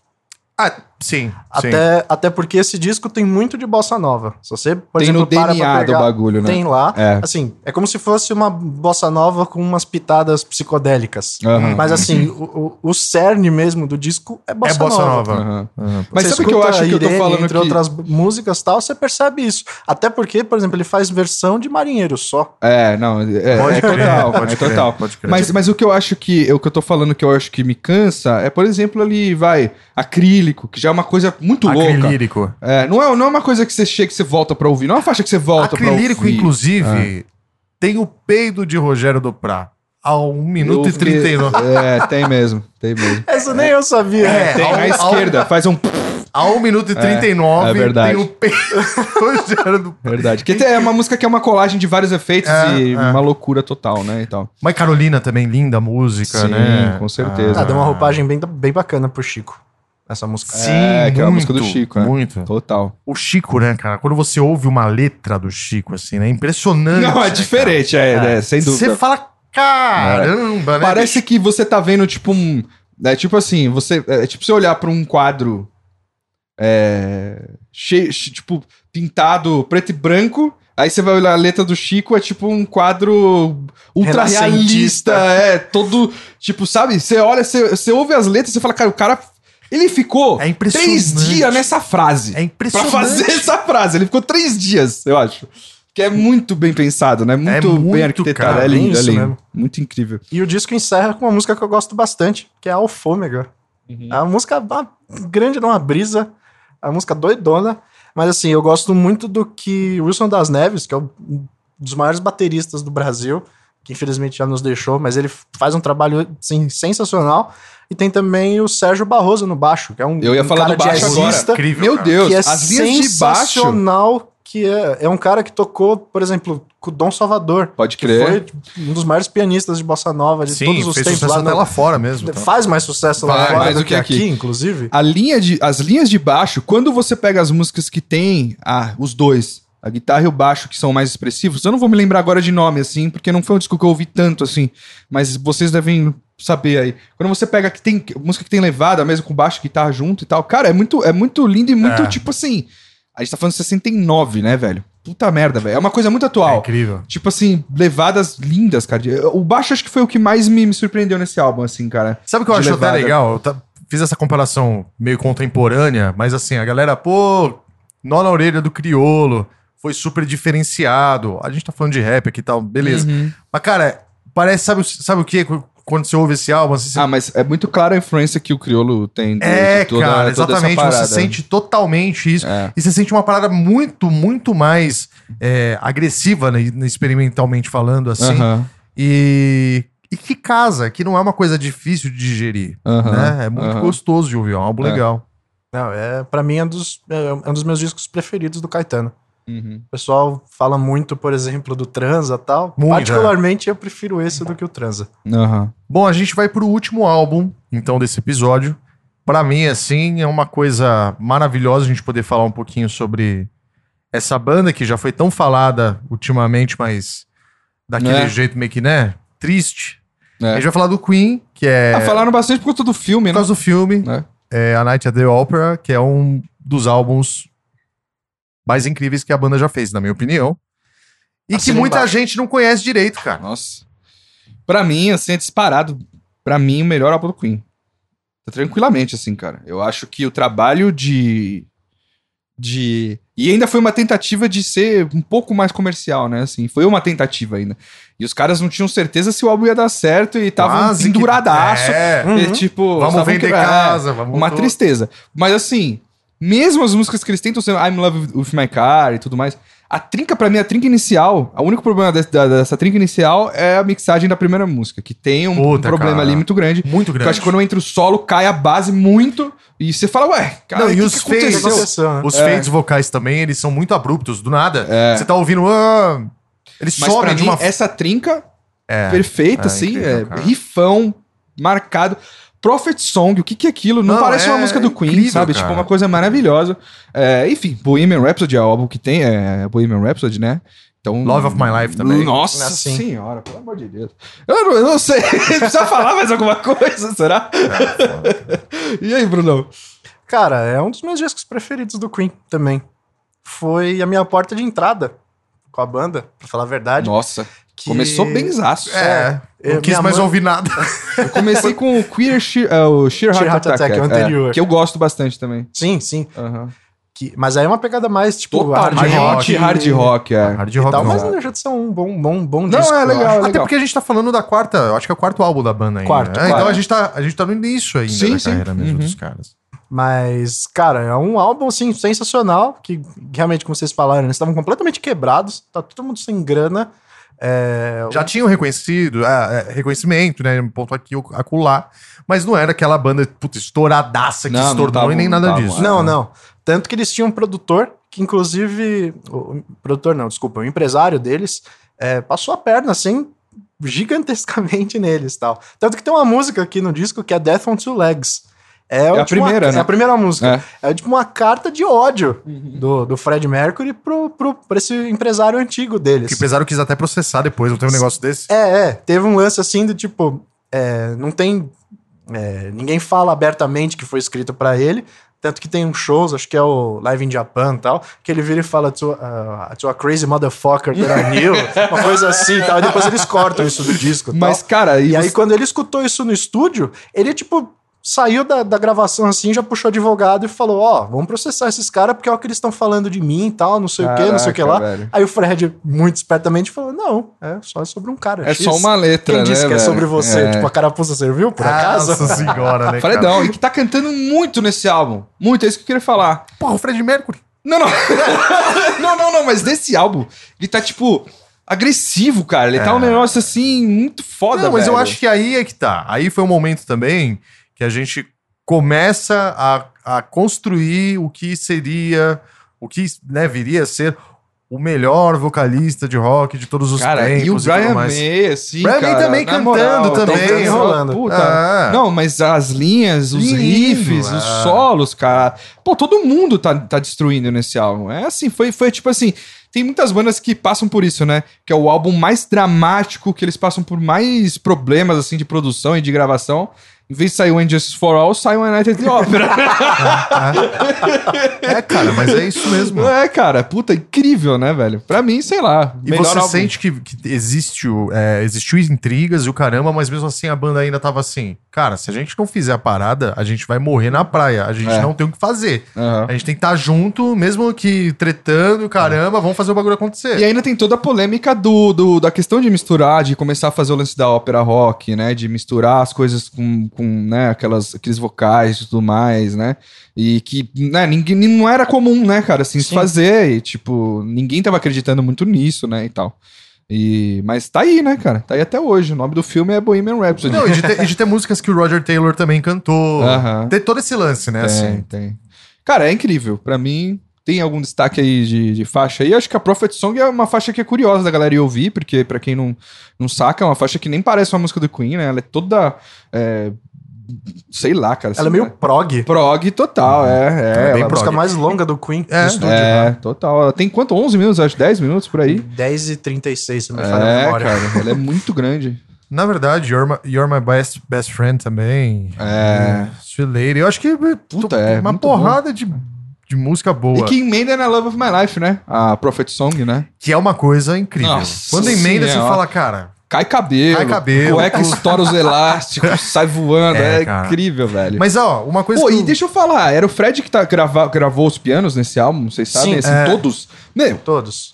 B: Ah, sim. sim.
D: Até, até porque esse disco tem muito de bossa nova. Se você, por
C: Tem
D: exemplo,
C: no
D: para pra
C: DNA do
D: pegar,
C: bagulho, né?
D: Tem lá.
C: É.
D: Assim, é como se fosse uma bossa nova com umas pitadas psicodélicas.
C: Aham.
D: Mas assim, o, o, o cerne mesmo do disco é bossa,
B: é bossa nova.
C: Aham.
B: Aham.
C: Mas
D: Você
C: sabe o que eu
D: escuta
C: acho que eu tô
D: Irene,
C: falando
D: entre
C: que...
D: outras músicas e tal, você percebe isso. Até porque, por exemplo, ele faz versão de marinheiro só.
C: É, não, é,
B: Pode crer,
C: é total,
B: pode
C: é
B: crer,
C: total.
B: pode crer.
C: Mas, mas o que eu acho que, o que eu tô falando que eu acho que me cansa é, por exemplo, ali, vai, acrílico, que já é uma coisa muito louca.
B: Acrilírico.
C: É, não, é, não é uma coisa que você chega e você volta pra ouvir, não é uma faixa que você volta
B: Acrilírico,
C: pra ouvir. Ah.
B: inclusive, tem o peido de Rogério Doprá. A 1 minuto e
C: Eu-
B: 39.
C: É, tem mesmo, tem mesmo.
D: Essa nem eu sabia.
B: É.
C: Tem
B: ao-
C: na
B: ao-
C: esquerda, faz um...
B: A 1 minuto e 39
C: é verdade.
B: tem o peido de Rogério Doprá.
C: Verdade. Que é uma música que é uma colagem de vários efeitos
B: É,
C: e
B: é.
C: uma loucura total, né, e tal.
B: Mas Carolina também, linda música,
C: Sim,
B: né?
C: com certeza.
D: Ah, deu uma roupagem bem, bem bacana pro Chico. Essa música.
B: Sim,
C: É, que é a
B: muito,
C: música do Chico, né?
B: Muito.
C: Total.
B: O Chico, né, cara? Quando você ouve uma letra do Chico, assim, né? Impressionante.
C: Não,
B: né,
C: é diferente, é, é, sem
B: cara?
C: dúvida.
B: Você fala, caramba, né?
C: Parece que você tá vendo, tipo, um. É tipo assim, você. É tipo você olhar pra um quadro. é, cheio, che- tipo, pintado preto e branco. Aí você vai olhar a letra do Chico, é tipo um quadro ultra realista,
D: Renascentista.
C: é todo. Tipo, sabe? Você olha, você, você ouve as letras, você fala, cara, o cara. Ele ficou
B: É impressionante.
C: três dias nessa frase.
B: É
C: pra
B: impressionante.
C: fazer essa frase. Ele ficou três dias, eu acho. Que é muito bem pensado, né? Muito, bem
B: É muito, né?
C: arquitetado.
B: cara,
C: é lindo, é
D: isso
C: lindo.
D: mesmo.
C: Muito incrível.
D: E o disco encerra com uma música que eu gosto bastante, que é a Alfômega. A música uma grande dá uma brisa, a música doidona, mas assim, eu gosto muito do que Wilson das Neves, que é um dos maiores bateristas do Brasil, que infelizmente já nos deixou, mas ele faz um trabalho assim, sensacional. E tem também o Sérgio Barroso no baixo, que é um,
C: Eu ia
D: um
C: falar
D: cara
C: do baixo
D: jazzista,
B: Incrível,
C: Meu
B: cara.
C: Deus,
D: que é
C: as linhas de baixo.
D: sensacional, que é, é um cara que tocou, por exemplo, com o Dom Salvador,
C: Pode
D: que
C: crer.
D: foi um dos maiores pianistas de bossa nova de
B: É. Sim,
D: todos os
B: fez
D: tempos
B: sucesso
D: lá
B: até
D: no-
B: lá fora mesmo. tá?
D: Faz mais sucesso lá
B: Faz,
D: fora
C: mais
D: do
C: do
D: que,
C: que
D: aqui,
C: aqui.
D: inclusive.
C: A linha de, as linhas de baixo, quando você pega as músicas que tem ah, os dois, a guitarra e o baixo, que são mais expressivos, eu não vou me lembrar agora de nome, assim, porque não foi um disco que eu ouvi tanto, assim, mas vocês devem saber aí. Quando você pega que tem música que tem levada, mesmo com baixo e guitarra junto e tal, cara, é muito, é muito lindo e muito,
B: É.
C: tipo assim, a gente tá falando de 69, né, velho? Puta merda, velho. É uma coisa muito
B: É
C: atual.
B: incrível.
C: Tipo assim, levadas lindas, cara. O baixo acho que foi o que mais me, me surpreendeu nesse álbum, assim, cara.
B: Sabe o que eu
C: De
B: acho até
C: levada.
B: legal? Eu tá- fiz essa comparação meio contemporânea, mas assim, a galera, pô, nó na orelha do criolo, foi super diferenciado. A gente tá falando de rap aqui e tal, beleza. Mas, cara, parece, sabe, o- sabe o que? Quando você ouve esse álbum, assim, você
C: Ah, mas é muito clara a influência que o criolo tem. de-
B: É,
C: de toda-
B: cara,
C: toda essa
B: exatamente. Você
C: parada.
B: sente totalmente isso.
C: É.
B: E você sente uma parada muito, muito mais é, agressiva, né, experimentalmente falando, assim.
C: Aham,
B: E, e que casa, que não é uma coisa difícil de digerir.
C: aham,
B: né? É muito
C: aham.
B: gostoso de ouvir, é um álbum
C: É.
B: legal.
D: Não, é, pra mim é, um dos, é um dos meus discos preferidos do Caetano.
C: Uhum.
D: O pessoal fala muito, por exemplo, do Transa e tal.
B: Muito, é.
D: Particularmente eu prefiro esse do que o Transa.
C: Aham.
B: Bom, a gente vai pro último álbum, então, desse episódio. Pra mim, assim, é uma coisa maravilhosa a gente poder falar um pouquinho sobre essa banda que já foi tão falada ultimamente, mas daquele
C: Né?
B: jeito meio que, né? Triste.
C: É.
B: A gente vai falar do Queen, que é
C: Ah, falaram bastante por conta do
B: por
C: filme, né?
B: causa do filme.
C: É.
B: é A Night at the Opera, que é um dos álbuns mais incríveis que a banda já fez, na minha opinião. E
D: Assina
B: que muita
D: embaixo.
B: gente não conhece direito, cara.
C: Nossa. Pra mim, assim, é disparado. Pra mim, o melhor álbum do Queen. Tá Tranquilamente, assim, cara. Eu acho que o trabalho de. De. E ainda foi uma tentativa de ser um pouco mais comercial, né? Assim, foi uma tentativa ainda. E os caras não tinham certeza se o álbum ia dar certo e estavam
B: Quase que-
C: enduradaço.
B: É.
D: Uhum.
C: E, tipo,
B: Vamos
C: estavam
B: vender
C: que- é,
B: casa, vamos.
C: Uma
B: tudo.
C: tristeza. Mas assim, mesmo as músicas que eles tentam ser I'm in Love with My Car e tudo mais, a trinca, pra mim, a trinca inicial, o único problema desse- da- dessa trinca inicial é a mixagem da primeira música, que tem um, um
B: Puta,
C: problema
B: cara.
C: ali muito grande.
B: Muito
C: Porque eu
B: grande.
C: acho que quando entra o solo, cai a base muito e você fala, ué, cara,
B: Não,
C: o
B: e
C: que
B: os
C: que
B: feios,
D: Isso
C: aconteceu?
D: aconteceu, né?
B: Os fades vocais também, eles são muito abruptos, do nada.
C: É.
B: Você tá ouvindo. ah, eles
C: Mas pra
B: sobem de
C: mim,
B: uma.
C: essa trinca
B: É.
C: perfeita,
B: É,
C: assim,
B: incrível,
C: é,
B: cara.
C: rifão, marcado. Prophet Song, o que que é aquilo? Não,
B: Não,
C: parece
B: é
C: uma música do Queen,
B: incrível,
C: sabe?
B: cara.
C: Tipo, uma coisa maravilhosa. É, enfim, Bohemian Rhapsody é o álbum que tem, é Bohemian Rhapsody, né? Então,
B: Love of My Life também.
C: Nossa
D: Assim.
C: senhora, pelo amor de Deus. Eu não, eu não sei, precisa falar mais alguma coisa, será?
B: É,
C: e aí, Brunão?
D: Cara, é um dos meus discos preferidos do Queen também. Foi a minha porta de entrada com a banda, pra falar a verdade.
C: Nossa,
D: que-
C: começou benzaço.
B: É.
D: É,
B: Não quis
D: minha
B: mais
D: mãe-
B: ouvir nada.
C: Eu comecei com o Queer Sheer, é, o Sheer Heart,
D: Sheer Heart
C: Attack,
D: Attack,
C: é,
D: o anterior.
C: é, que eu gosto bastante também.
D: Sim, sim.
C: Aham.
D: Que... Mas aí é uma pegada mais, tipo,
C: Total,
D: hard
C: de
B: rock,
C: rock, hard rock, é.
B: Hard
D: e
B: rock
D: tal,
B: não.
D: mas não deixa de ser um bom, bom, bom
C: Não,
D: disco.
C: é
D: eu
C: legal.
D: acho.
B: Até porque a gente tá falando da quarta, eu acho que é o quarto álbum da banda ainda.
D: Quarto,
B: É,
D: quarto.
B: Então a gente, tá, a gente tá no início ainda
C: Sim,
B: da
C: sim.
B: carreira mesmo
C: Uhum.
B: dos caras.
D: Mas, cara, é um álbum, assim, sensacional, que realmente, como vocês falaram, eles estavam completamente quebrados, tá todo mundo sem grana. É,
B: Já tinham reconhecido, é, é, reconhecimento, né? Um ponto aqui, o- acular. Mas não era aquela banda, puta, estouradaça que
C: Não, não
B: estourou
C: tavam-
B: e nem nada
C: não tavam,
B: disso.
C: é.
D: Não, não. Tanto que eles tinham um produtor, que inclusive. O o produtor não, desculpa, o empresário deles é, passou a perna assim gigantescamente neles tal. Tanto que tem uma música aqui no disco que é Death on Two Legs. É,
C: a
D: tipo, uma-
C: primeira, né?
D: É a primeira música. É, tipo uma carta de ódio do, do Fred Mercury pro, pro, pra esse empresário antigo deles.
B: Que o empresário quis até processar depois, não teve um negócio desse.
D: É, é. Teve um lance assim do tipo. é, não tem. é, ninguém fala abertamente que foi escrito pra ele. Tanto que tem uns shows, acho que é o Live in Japan e tal, que ele vira e fala, to, a to a crazy motherfucker that I knew, uma coisa assim e tal. E depois eles cortam isso do disco e tal.
C: Mas, cara,
D: E
C: e
D: aí,
C: você-
D: quando ele escutou isso no estúdio, ele, tipo, saiu da, da gravação assim, já puxou advogado e falou: Ó, vamos processar esses caras porque é o que eles estão falando de mim e tal, não sei o que, não sei o que lá.
C: Caraca, velho.
D: Aí o Fred, muito espertamente, falou: Não, é só sobre um cara.
C: É
D: X.
C: só uma letra, né,
D: Quem disse que é
C: velho?
D: sobre você?
C: É.
D: Tipo, a carapuça serviu,
B: Ah,
D: por acaso?
B: Nossa senhora, né? cara?
C: Fredão, e que tá cantando muito nesse álbum. Muito, é isso que eu queria falar.
B: Porra, o Fred Mercury.
C: Não, não. não, não, não, mas desse álbum, ele tá, tipo, agressivo, cara. Ele
D: É.
C: tá um negócio assim, muito foda,
B: Não, mas eu
C: velho.
B: acho que aí é que tá. Aí foi um momento também que a gente começa a, a construir o que seria, o que né, viria a ser o melhor vocalista de rock de todos os
C: Cara,
B: tempos.
C: e o
B: tudo
C: Brian
B: mais.
C: May, assim,
B: Brian May
C: cara,
B: também
C: na
B: cantando
C: moral,
B: também,
C: tem que-
D: enrolando.
C: né? Puta.
B: Ah,
C: Não, mas as linhas, os
B: Lindo,
C: riffs, os
B: é.
C: solos, cara. Pô, todo mundo tá, tá destruindo nesse álbum. É assim, foi, foi tipo assim. Tem muitas bandas que passam por isso, né? Que é o álbum mais dramático, que eles passam por mais problemas, assim, de produção e de gravação. Em vez de sair o Injustice for All, sai o United the Opera.
B: é, cara, mas é isso mesmo.
C: é, cara. Puta, incrível, né, velho? Pra mim, sei lá.
B: E
C: melhor
B: você
C: álbum.
B: sente que, que existe o- é, existiu intrigas e o caramba, mas mesmo assim a banda ainda tava assim, cara, se a gente não fizer a parada, a gente vai morrer na praia, a gente
C: É.
B: não tem o que fazer.
C: Aham.
B: A gente tem que estar junto, mesmo que tretando, caramba, vamos fazer o bagulho acontecer.
C: E é ainda tem toda a polêmica do, do- da questão de misturar, de começar a fazer o lance da ópera rock, né? De misturar as coisas com, com né, aquelas, aqueles vocais e tudo mais, né? E que né, ninguém, não era comum, né, cara, assim, se
D: Sim.
C: fazer. E, tipo, ninguém tava acreditando muito nisso, né, e tal. E, mas tá aí, né, cara? Tá aí até hoje. O nome do filme é Bohemian Rhapsody.
B: Não, e, de ter, e de ter músicas que o Roger Taylor também cantou.
C: Aham.
B: Tem todo esse lance, né?
C: Tem,
B: assim.
C: tem. Cara, é incrível. Pra mim, tem algum destaque aí de, de faixa aí. Acho que a Prophet Song é uma faixa que é curiosa da galera ir ouvir, porque pra quem não, não saca, é uma faixa que nem parece uma música do Queen, né? Ela é toda. é, sei lá, cara.
D: Ela é
C: assim,
D: meio prog.
C: Prog total, é.
B: Ela
C: É,
B: é bem
D: a
C: ela-
D: música
B: prog.
D: mais longa do Queen
B: É.
D: do estúdio.
C: é, total. Ela tem quanto? 11 minutos, acho, 10 minutos por aí?
D: 10 e 36, se não me falha a
C: É,
D: memória.
C: cara, ela é muito grande.
B: Na verdade, You're My, You're My Best, Best Friend também.
C: É.
B: Sweet Lady. Eu acho que
C: Puta, é,
B: uma
C: muito
B: porrada de, de música boa.
C: E que emenda na Love of My Life, né? A Prophet Song, né?
B: Que é uma coisa incrível.
C: Nossa
B: Quando emenda, você
C: senhora.
B: fala, cara.
C: Cai cabelo.
B: Cai cabelo.
C: Cueca estoura os elásticos, sai voando.
B: É,
C: É,
B: cara.
C: incrível, velho.
B: Mas, ó, uma coisa.
C: Pô,
B: que
C: e
B: eu-
C: deixa eu falar, era o Fred que tá grava, gravou os pianos nesse álbum, vocês sabem?
D: Sim,
C: assim,
B: é.
C: todos. Meu,
D: Todos.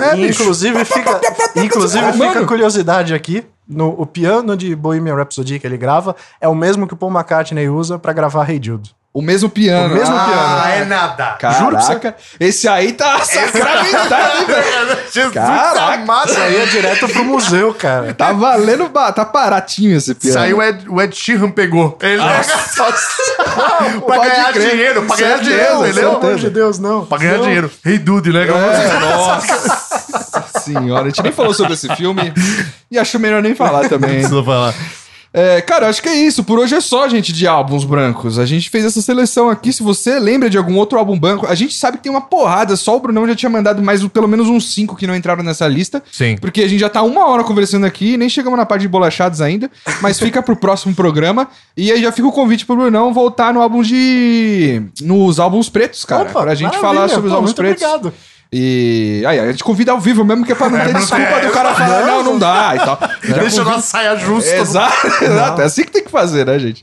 B: É,
D: E,
B: bicho.
D: inclusive fica, inclusive fica
C: Mano.
D: a curiosidade aqui. No, o piano de Bohemian Rhapsody que ele grava é o mesmo que o Paul McCartney usa pra gravar Hey Jude.
C: o mesmo piano.
D: O mesmo
C: Ah,
D: piano.
B: Ah, é nada.
C: Caraca,
D: Juro pra você.
C: esse aí tá sacramentado, hein, velho?
B: Jesus
C: Caraca.
B: amado.
D: Isso aí é direto pro museu, cara.
C: Tá valendo, ba- tá baratinho esse piano.
B: Saiu o Ed, o Ed Sheeran pegou. Ele é pra
C: Ah, Pode
B: ganhar
C: crer.
B: dinheiro, pra ganhar
C: Certeza,
B: dinheiro,
D: Pelo
B: entendeu?
D: amor de Deus, não.
B: Pra ganhar
D: Não.
B: dinheiro. Hey Dude, né?
C: É, nossa senhora, a gente nem falou sobre esse filme e acho melhor nem falar também.
B: Preciso falar.
C: É, cara, acho que é isso. Por hoje é só, gente, de álbuns brancos. A gente fez essa seleção aqui. Se você lembra de algum outro álbum branco, a gente sabe que tem uma porrada. Só o Brunão já tinha mandado mais um- pelo menos uns cinco que não entraram nessa lista.
B: Sim.
C: Porque a gente já tá uma hora conversando aqui, nem chegamos na parte de bolachados ainda. Mas fica pro próximo programa. E aí já fica o convite pro Brunão voltar no álbum de. nos álbuns pretos, cara.
D: Opa,
C: pra gente
D: maravilha.
C: falar sobre os
D: Pô,
C: álbuns
D: muito
C: pretos.
D: Obrigado.
C: E. Aí, a gente convida ao vivo mesmo, que é pra não ter desculpa do cara falar, não, não dá e tal. Então, Já
B: Deixa numa saia justa.
C: Exato, exato. É assim que tem que fazer, né, gente?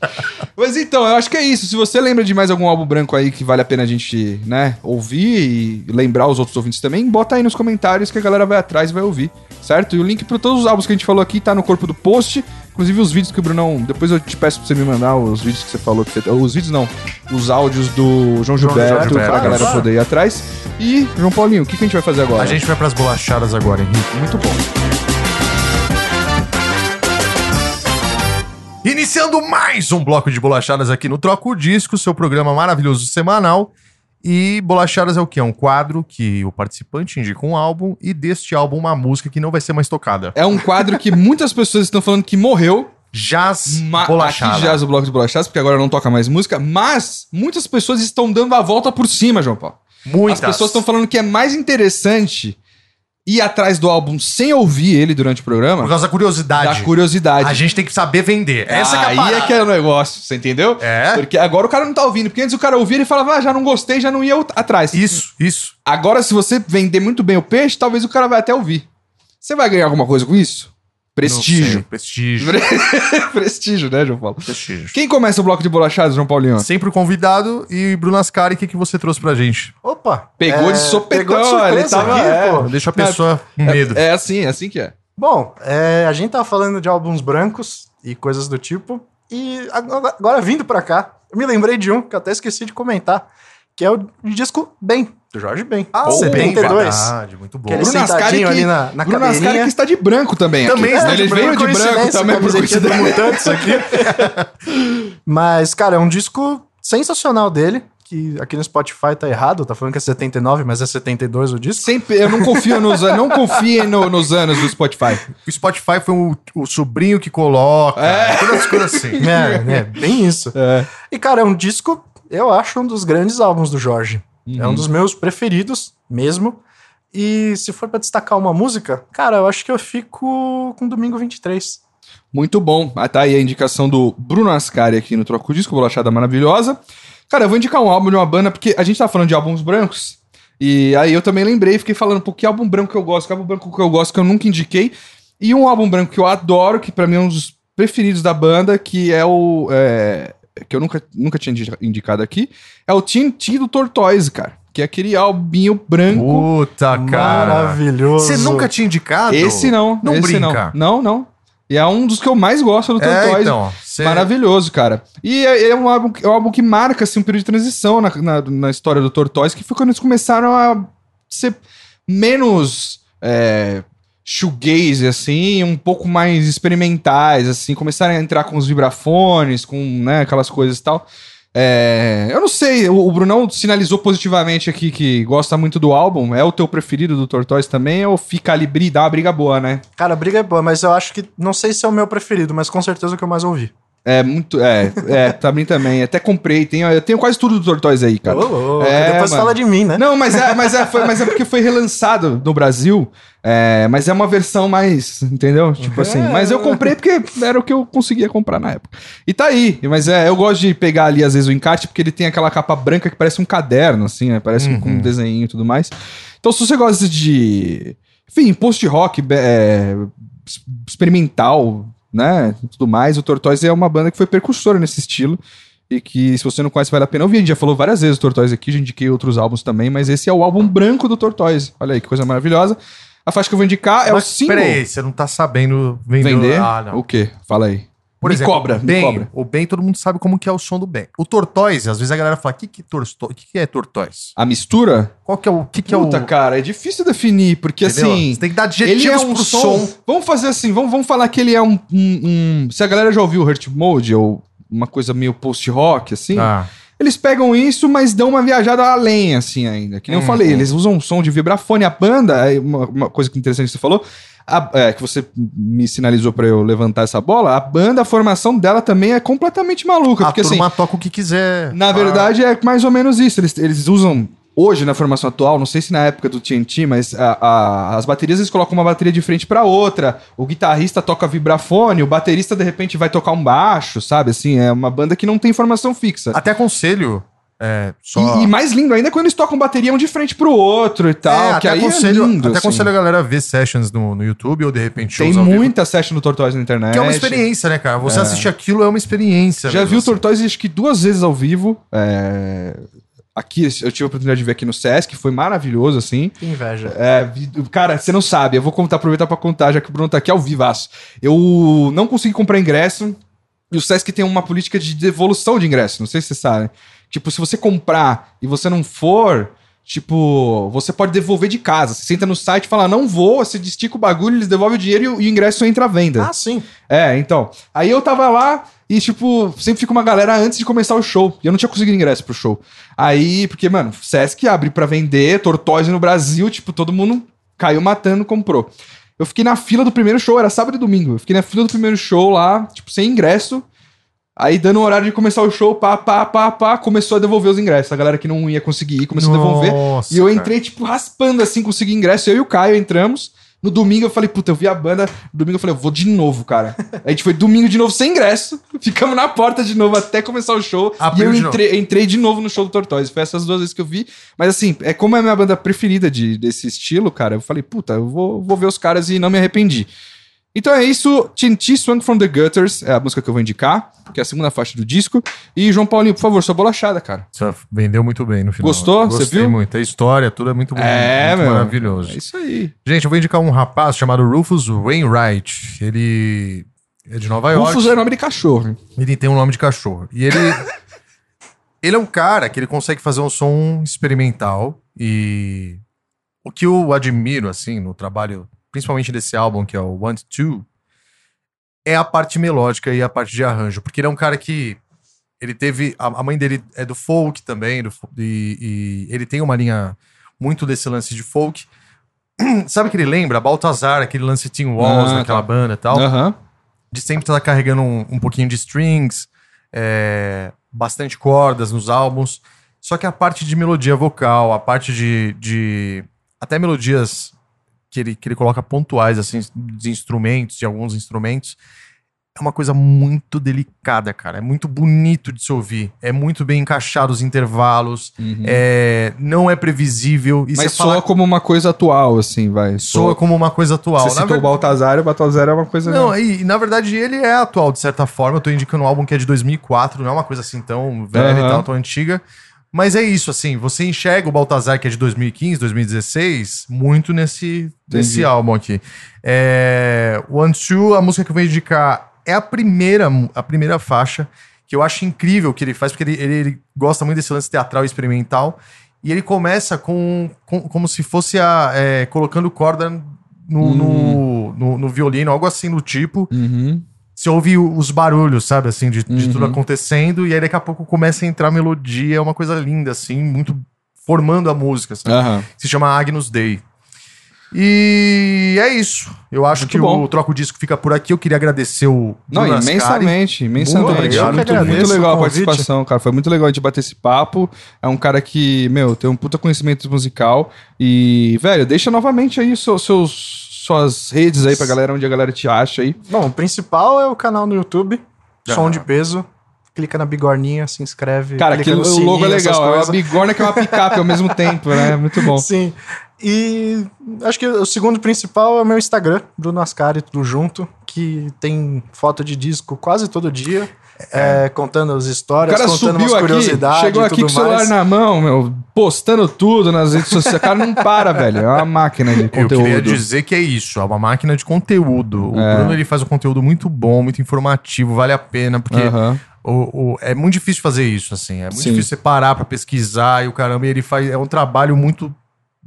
C: Mas então, eu acho que é isso. Se você lembra de mais algum álbum branco aí que vale a pena a gente, né, ouvir e lembrar os outros ouvintes também, bota aí nos comentários que a galera vai atrás e vai ouvir, certo? E o link para todos os álbuns que a gente falou aqui tá no corpo do post. Inclusive os vídeos que o Brunão. Depois eu te peço pra você me mandar os vídeos que você falou. Que você, os vídeos não. Os áudios do João Gilberto,
B: Gilberto,
C: pra
B: claro,
C: galera
B: claro.
C: poder ir atrás. E, João Paulinho, o que, que a gente vai fazer agora?
B: A gente vai pras bolachadas agora, Henrique.
C: Muito bom.
B: Iniciando mais um bloco de bolachadas aqui no Troco o Disco, seu programa maravilhoso semanal. E bolachadas é o quê? É um quadro que o participante indica um álbum e deste álbum uma música que não vai ser mais tocada.
C: É um quadro que muitas pessoas estão falando que morreu,
B: Jazz
C: Ma
B: bolachada.
C: Aqui jaz o bloco de bolachadas, porque agora não toca mais música, mas muitas pessoas estão dando a volta por cima, João Paulo.
B: Muitas.
C: As pessoas estão falando que é mais interessante ir atrás do álbum sem ouvir ele durante o
B: Por
C: programa,
B: causa da curiosidade.
C: da curiosidade.
B: A gente tem que saber vender. Essa que é a
C: Aí
B: parada.
C: é que é o negócio, você entendeu?
B: É.
C: Porque agora o cara não tá ouvindo, porque antes o cara ouvia e falava, ah, já não gostei, já não ia out- atrás.
B: Isso, isso.
C: Agora, se você vender muito bem o peixe, talvez o cara vai até ouvir. Você vai ganhar alguma coisa com isso?
B: Não sei,
C: Prestígio.
B: Prestígio.
C: Prestígio, né, João Paulo?
B: Prestígio.
C: Quem começa o bloco de bolachadas, João Paulinho?
B: Sempre o convidado e Bruno Ascari, o que, que você trouxe pra gente?
D: Opa. É,
C: Pegou de sopetão,
D: pegou de
C: ele
D: surpresa
C: tava-
D: aqui,
C: é.
D: pô.
B: Deixa a
C: Não,
B: pessoa com medo.
C: É, é assim, é assim que é.
D: Bom, é, a gente tava falando de álbuns brancos e coisas do tipo, e agora, agora vindo pra cá, eu me lembrei de um que eu até esqueci de comentar, que é o disco Bem, do Jorge Ben. Ah,
C: o Bem,
D: 72.
B: Verdade, muito bom.
D: Que ele
C: Bruno Ascari
D: sentadinho
C: que-
D: ali na, na
C: Bruno Ascari
D: cadeirinha.
C: que está de branco também.
B: Também
C: aqui.
D: é,
B: está
C: Ele
B: de
C: veio
D: branco,
C: de branco
D: coincidência,
C: também. Por
D: camisetinha do
C: coincidência.
D: Mutantes aqui. Mas, cara, é um disco sensacional dele, que aqui no Spotify tá errado, tá falando que é 79, mas é 72 o disco.
C: Sempre, eu não confio nos anos, não confiem no- nos anos do Spotify.
B: O Spotify foi o, o sobrinho que coloca.
C: É.
B: Todas as coisas assim.
D: É, é, bem isso. E, cara, é um disco, eu acho, um dos grandes álbuns do Jorge.
B: Uhum.
D: É um dos meus preferidos, mesmo. E se for pra destacar uma música, cara, eu acho que eu fico com Domingo 23.
C: Muito bom. Ah, tá aí a indicação do Bruno Ascari aqui no Troco Disco, bolachada maravilhosa. Cara, eu vou indicar um álbum de uma banda, porque a gente tá falando de álbuns brancos. E aí eu também lembrei, fiquei falando, pô, que álbum branco que eu gosto, que álbum branco que eu gosto, que eu nunca indiquei. E um álbum branco que eu adoro, que pra mim é um dos preferidos da banda, que é o. é, que eu nunca, nunca tinha indi- indicado aqui, é o Tintin do Tortoise, cara. Que é aquele albinho branco.
B: Puta, cara.
D: Maravilhoso.
B: Você nunca tinha indicado?
C: esse não,
B: Não
C: esse
B: brinca.
C: não. Não, não. E é um dos que eu mais gosto do Tortoise.
B: É, então. Cê...
C: Maravilhoso, cara. E é, é um álbum, que- é um álbum que marca assim, um período de transição na, na, na história do Tortoise, que foi quando eles começaram a ser menos é, shoegaze, assim, um pouco mais experimentais, assim, começaram a entrar com os vibrafones, com né, aquelas coisas e tal. É, eu não sei, o, o Brunão sinalizou positivamente aqui que gosta muito do álbum. É o teu preferido do Tortoise também? Ou fica ali, bri- dá uma briga boa, né?
D: Cara, a briga é boa, mas eu acho que. Não sei se é o meu preferido, mas com certeza é o que eu mais ouvi.
C: É muito. É, é, pra mim também. Até comprei, tenho, eu tenho quase tudo do Tortoise aí, cara.
D: Ô, ô,
C: É,
D: depois
C: mano.
D: fala de mim, né?
C: Não, mas é, mas, é, foi- mas é porque foi relançado no Brasil. é, mas é uma versão mais. Entendeu? Tipo assim. Mas eu comprei porque era o que eu conseguia comprar na época. E tá aí. Mas é, eu gosto de pegar ali, às vezes, o encarte, porque ele tem aquela capa branca que parece um caderno, assim, né? Parece um- com um desenho e tudo mais. Então, se você gosta de. Enfim, post-rock be- é, es- experimental, né? Tudo mais. O Tortoise é uma banda que foi precursora nesse estilo. E que, se você não conhece, vale a pena ouvir. A gente já falou várias vezes do Tortoise aqui, já indiquei outros álbuns também, mas esse é o álbum branco do Tortoise. Olha aí, que coisa maravilhosa. A faixa que eu vou indicar é o
B: Mas,
C: single.
B: peraí, você não tá sabendo vender.
C: Vender?
B: Ah, não.
C: O quê? Fala aí.
B: Por
C: me
B: exemplo,
C: cobra, me
B: bem,
C: cobra.
B: O bem, todo mundo sabe como que é o som do bem. O tortoise, às vezes a galera fala, o que, que, torsto- que que é tortoise?
C: A mistura?
B: Qual que é o... que que é
C: Puta,
B: o...
C: cara, é difícil definir, porque
B: entendeu?
C: assim.
B: Você tem que dar adjetivos
C: Ele é um
B: pro
C: som.
B: som.
C: Vamos fazer assim, vamos, vamos falar que ele é um, um- um- Se a galera já ouviu Hurt Mode ou uma coisa meio post-rock, assim.
B: Ah,
C: Eles pegam isso, mas dão uma viajada além, assim, ainda. Que nem eu
B: Hum.
C: falei, eles usam um som de vibrafone. A banda, aí uma, uma coisa que interessante que você falou, a- é, que você me sinalizou pra eu levantar essa bola, a banda, a formação dela também é completamente maluca.
B: a
C: porque assim,
B: turma toca o que quiser.
C: na verdade, é mais ou menos isso. Eles, eles usam hoje na formação atual, não sei se na época do TNT, mas a- a- as baterias eles colocam uma bateria de frente pra outra. O guitarrista toca vibrafone, o baterista de repente vai tocar um baixo, sabe? Assim, é uma banda que não tem formação fixa.
B: Até aconselho. É, Ah, só...
C: E, e mais lindo ainda é quando eles tocam bateria um de frente pro outro e
B: É,
C: tal. que
B: até
C: aí
B: aconselho,
C: é lindo.
B: até
C: assim.
B: aconselho a galera ver sessions no, no YouTube ou de repente
C: Tem
B: ao vivo.
C: muita session do Tortoise na internet.
B: Que é uma experiência, né, cara? Você assistir aquilo é uma experiência.
C: Já
B: mesmo,
C: vi o
B: assim.
C: Tortoise acho que duas vezes ao vivo. é, Aqui eu tive a oportunidade de ver aqui no Sesc, foi maravilhoso, assim.
D: Que inveja.
C: É, vi- cara, você não sabe. Eu vou contar, aproveitar pra contar, já que o Bruno tá aqui ao vivaço. Eu não consegui comprar ingresso. E o Sesc tem uma política de devolução de ingresso. Não sei se vocês sabem. Tipo, se você comprar e você não for, tipo, você pode devolver de casa. Você entra no site e fala, não vou, você destica o bagulho, eles devolvem o dinheiro e o, e o ingresso entra à venda.
D: Ah, sim.
C: É, então. Aí eu tava lá e, tipo, sempre fica uma galera antes de começar o show. E eu não tinha conseguido ingresso pro show. Aí, porque, mano, Sesc abre pra vender, Tortoise no Brasil, tipo, todo mundo caiu matando, comprou. Eu fiquei na fila do primeiro show, era sábado e domingo. Eu fiquei na fila do primeiro show lá, tipo, sem ingresso. Aí, dando o horário de começar o show, pá, pá, pá, pá, começou a devolver os ingressos. A galera que não ia conseguir ir começou a devolver.
B: Nossa,
C: E eu
B: cara.
C: entrei, tipo, raspando assim, consegui ingresso. Eu e o Caio entramos. No domingo eu falei, puta, eu vi a banda. No domingo eu falei, eu vou de novo, cara. a gente foi domingo de novo sem ingresso. Ficamos na porta de novo até começar o show.
B: Abriu
C: e
B: de
C: eu entrei, entrei de novo no show do Tortoise. Foi essas duas vezes que eu vi. Mas assim, é como é a minha banda preferida de, desse estilo, cara. Eu falei, puta, eu vou, vou ver os caras e não me arrependi. Então é isso. Tinti Swung from the Gutters é a música que eu vou indicar, que é a segunda faixa do disco. E João Paulinho, por favor, sua bolachada, cara.
B: Você vendeu muito bem no final.
C: Gostou? Você
B: Gostei
C: viu?
B: muito. A história, tudo é muito bonito.
C: É,
B: muito
C: meu.
B: maravilhoso.
C: É isso aí.
B: Gente, eu vou indicar um rapaz chamado Rufus Wainwright. Ele é de Nova York.
C: Rufus é nome de cachorro. hein?
B: Ele tem um nome de cachorro. E ele. ele é um cara que ele consegue fazer um som experimental. E o que eu admiro, assim, no trabalho, principalmente desse álbum, que é o One Two, é a parte melódica e a parte de arranjo. Porque ele é um cara que. Ele teve. A, a mãe dele é do folk também, do fo- e, e ele tem uma linha muito desse lance de folk. Sabe o que ele lembra? Baltazar, aquele lance Tim Walls,
C: Ah,
B: daquela
C: tá.
B: banda e tal
C: Aham.
B: de sempre estar carregando um, um pouquinho de strings, é, bastante cordas nos álbuns. Só que a parte de melodia vocal, a parte de. de até melodias que ele, que ele coloca pontuais, assim, de instrumentos, de alguns instrumentos. É uma coisa muito delicada, cara. É muito bonito de se ouvir. É muito bem encaixado os intervalos. é, não é previsível. E
C: Uhum. Mas
B: você
C: soa
B: fala,
C: como uma coisa atual, assim, vai.
B: soa como uma coisa atual.
C: Você
B: Na
C: citou
B: verdade-
C: o Baltazar, e o Baltazar é uma coisa...
B: não, e, e, na verdade ele é atual de certa forma. Eu tô indicando um álbum que é de 2004, não é uma coisa assim tão velha
C: Aham.
B: e tal, tão antiga. Mas é isso, assim, você enxerga o Baltazar, que é de 2015, 2016, muito nesse, nesse álbum aqui. É, One Two, a música que eu vou indicar, é a primeira, a primeira faixa, que eu acho incrível o que ele faz, porque ele, ele- ele gosta muito desse lance teatral e experimental. E ele começa com, com- como se fosse a, é, colocando corda no,
C: Hum.
B: no, no, no violino, algo assim do tipo.
C: Uhum.
B: Você ouve o- os barulhos, sabe, assim, de, de
C: Uhum.
B: tudo acontecendo, e aí daqui a pouco começa a entrar melodia, é
C: É.
B: uma coisa linda, assim, muito formando a música, sabe?
C: Aham.
B: Se chama Agnus Dei. E é isso. Eu acho
C: Muito
B: que
C: bom.
B: o Troco Disco fica por aqui. Eu queria agradecer o
C: Não,
B: Jonas Kari.
C: imensamente, imensamente.
B: Muito obrigado,
C: muito,
D: eu
C: muito
D: que agradeço
C: legal a
D: o convite.
C: participação, cara. Foi muito legal a gente bater esse papo. É um cara que, meu, tem um puta conhecimento musical. E, velho, deixa novamente aí seu- seus, suas redes aí pra galera, onde a galera te acha aí.
D: Bom, o principal é o canal no YouTube,
B: Ah.
D: Som de Peso. Clica na bigorninha, se inscreve.
C: Cara, que
D: clica
C: o
D: no
C: logo é
D: sininho, essas
C: legal. É uma
D: coisas.
C: bigorna que é uma picape ao mesmo tempo, né? Muito bom.
D: Sim. E acho que o segundo principal é o meu Instagram, Bruno Ascari, tudo junto, que tem foto de disco quase todo dia, é, contando as
C: O
D: histórias,
C: cara
D: contando umas
C: subiu aqui,
D: curiosidades
C: chegou
D: e
C: aqui com o
D: tudo
C: celular
D: mais.
C: na mão, meu, postando tudo nas redes sociais. O cara não para, velho. É uma máquina de
B: Eu
C: conteúdo.
B: queria dizer que é isso, é uma máquina de conteúdo. O
C: É.
B: Bruno ele faz um conteúdo muito bom, muito informativo, vale a pena, porque
C: Aham.
B: o- o- é muito difícil fazer isso, assim. É muito
C: Sim.
B: difícil você parar pra pesquisar e o caramba, e ele faz. É um trabalho muito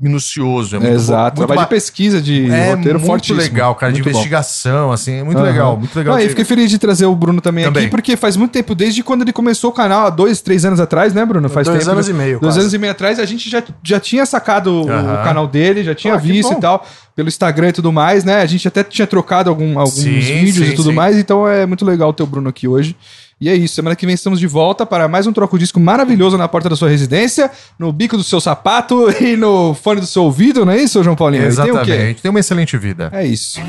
B: minucioso. É muito
C: Exato.
B: bom, muito
C: Trabalho
B: ba-
C: de pesquisa, de
B: é
C: roteiro
B: muito
C: fortíssimo.
B: legal, cara,
C: Muito
B: de
C: bom.
B: investigação, assim, é muito
C: Aham.
B: legal, muito legal.
C: Não,
B: de-
C: e fiquei feliz de trazer o Bruno também,
B: Também.
C: aqui, porque faz muito tempo, desde quando ele começou o canal, há dois, três anos atrás, né, Bruno? Faz
D: dois
C: tempo,
D: anos
C: né?
D: e meio.
C: Dois
D: quase.
C: anos e meio atrás, a gente já, já tinha sacado o-
B: Aham.
C: o canal dele, já tinha
D: Ah, que
C: visto e
D: bom.
C: tal, pelo Instagram e tudo mais, né? A gente até tinha trocado algum- alguns
B: Sim,
C: vídeos
B: sim,
C: e tudo
B: sim.
C: mais, então é muito legal ter o Bruno aqui hoje. E é isso, semana que vem estamos de volta para mais um troco disco maravilhoso na porta da sua residência, no bico do seu sapato e no fone do seu ouvido, não é isso, João Paulinho? E tem o quê?
B: Exatamente. Tem uma excelente vida.
C: É isso.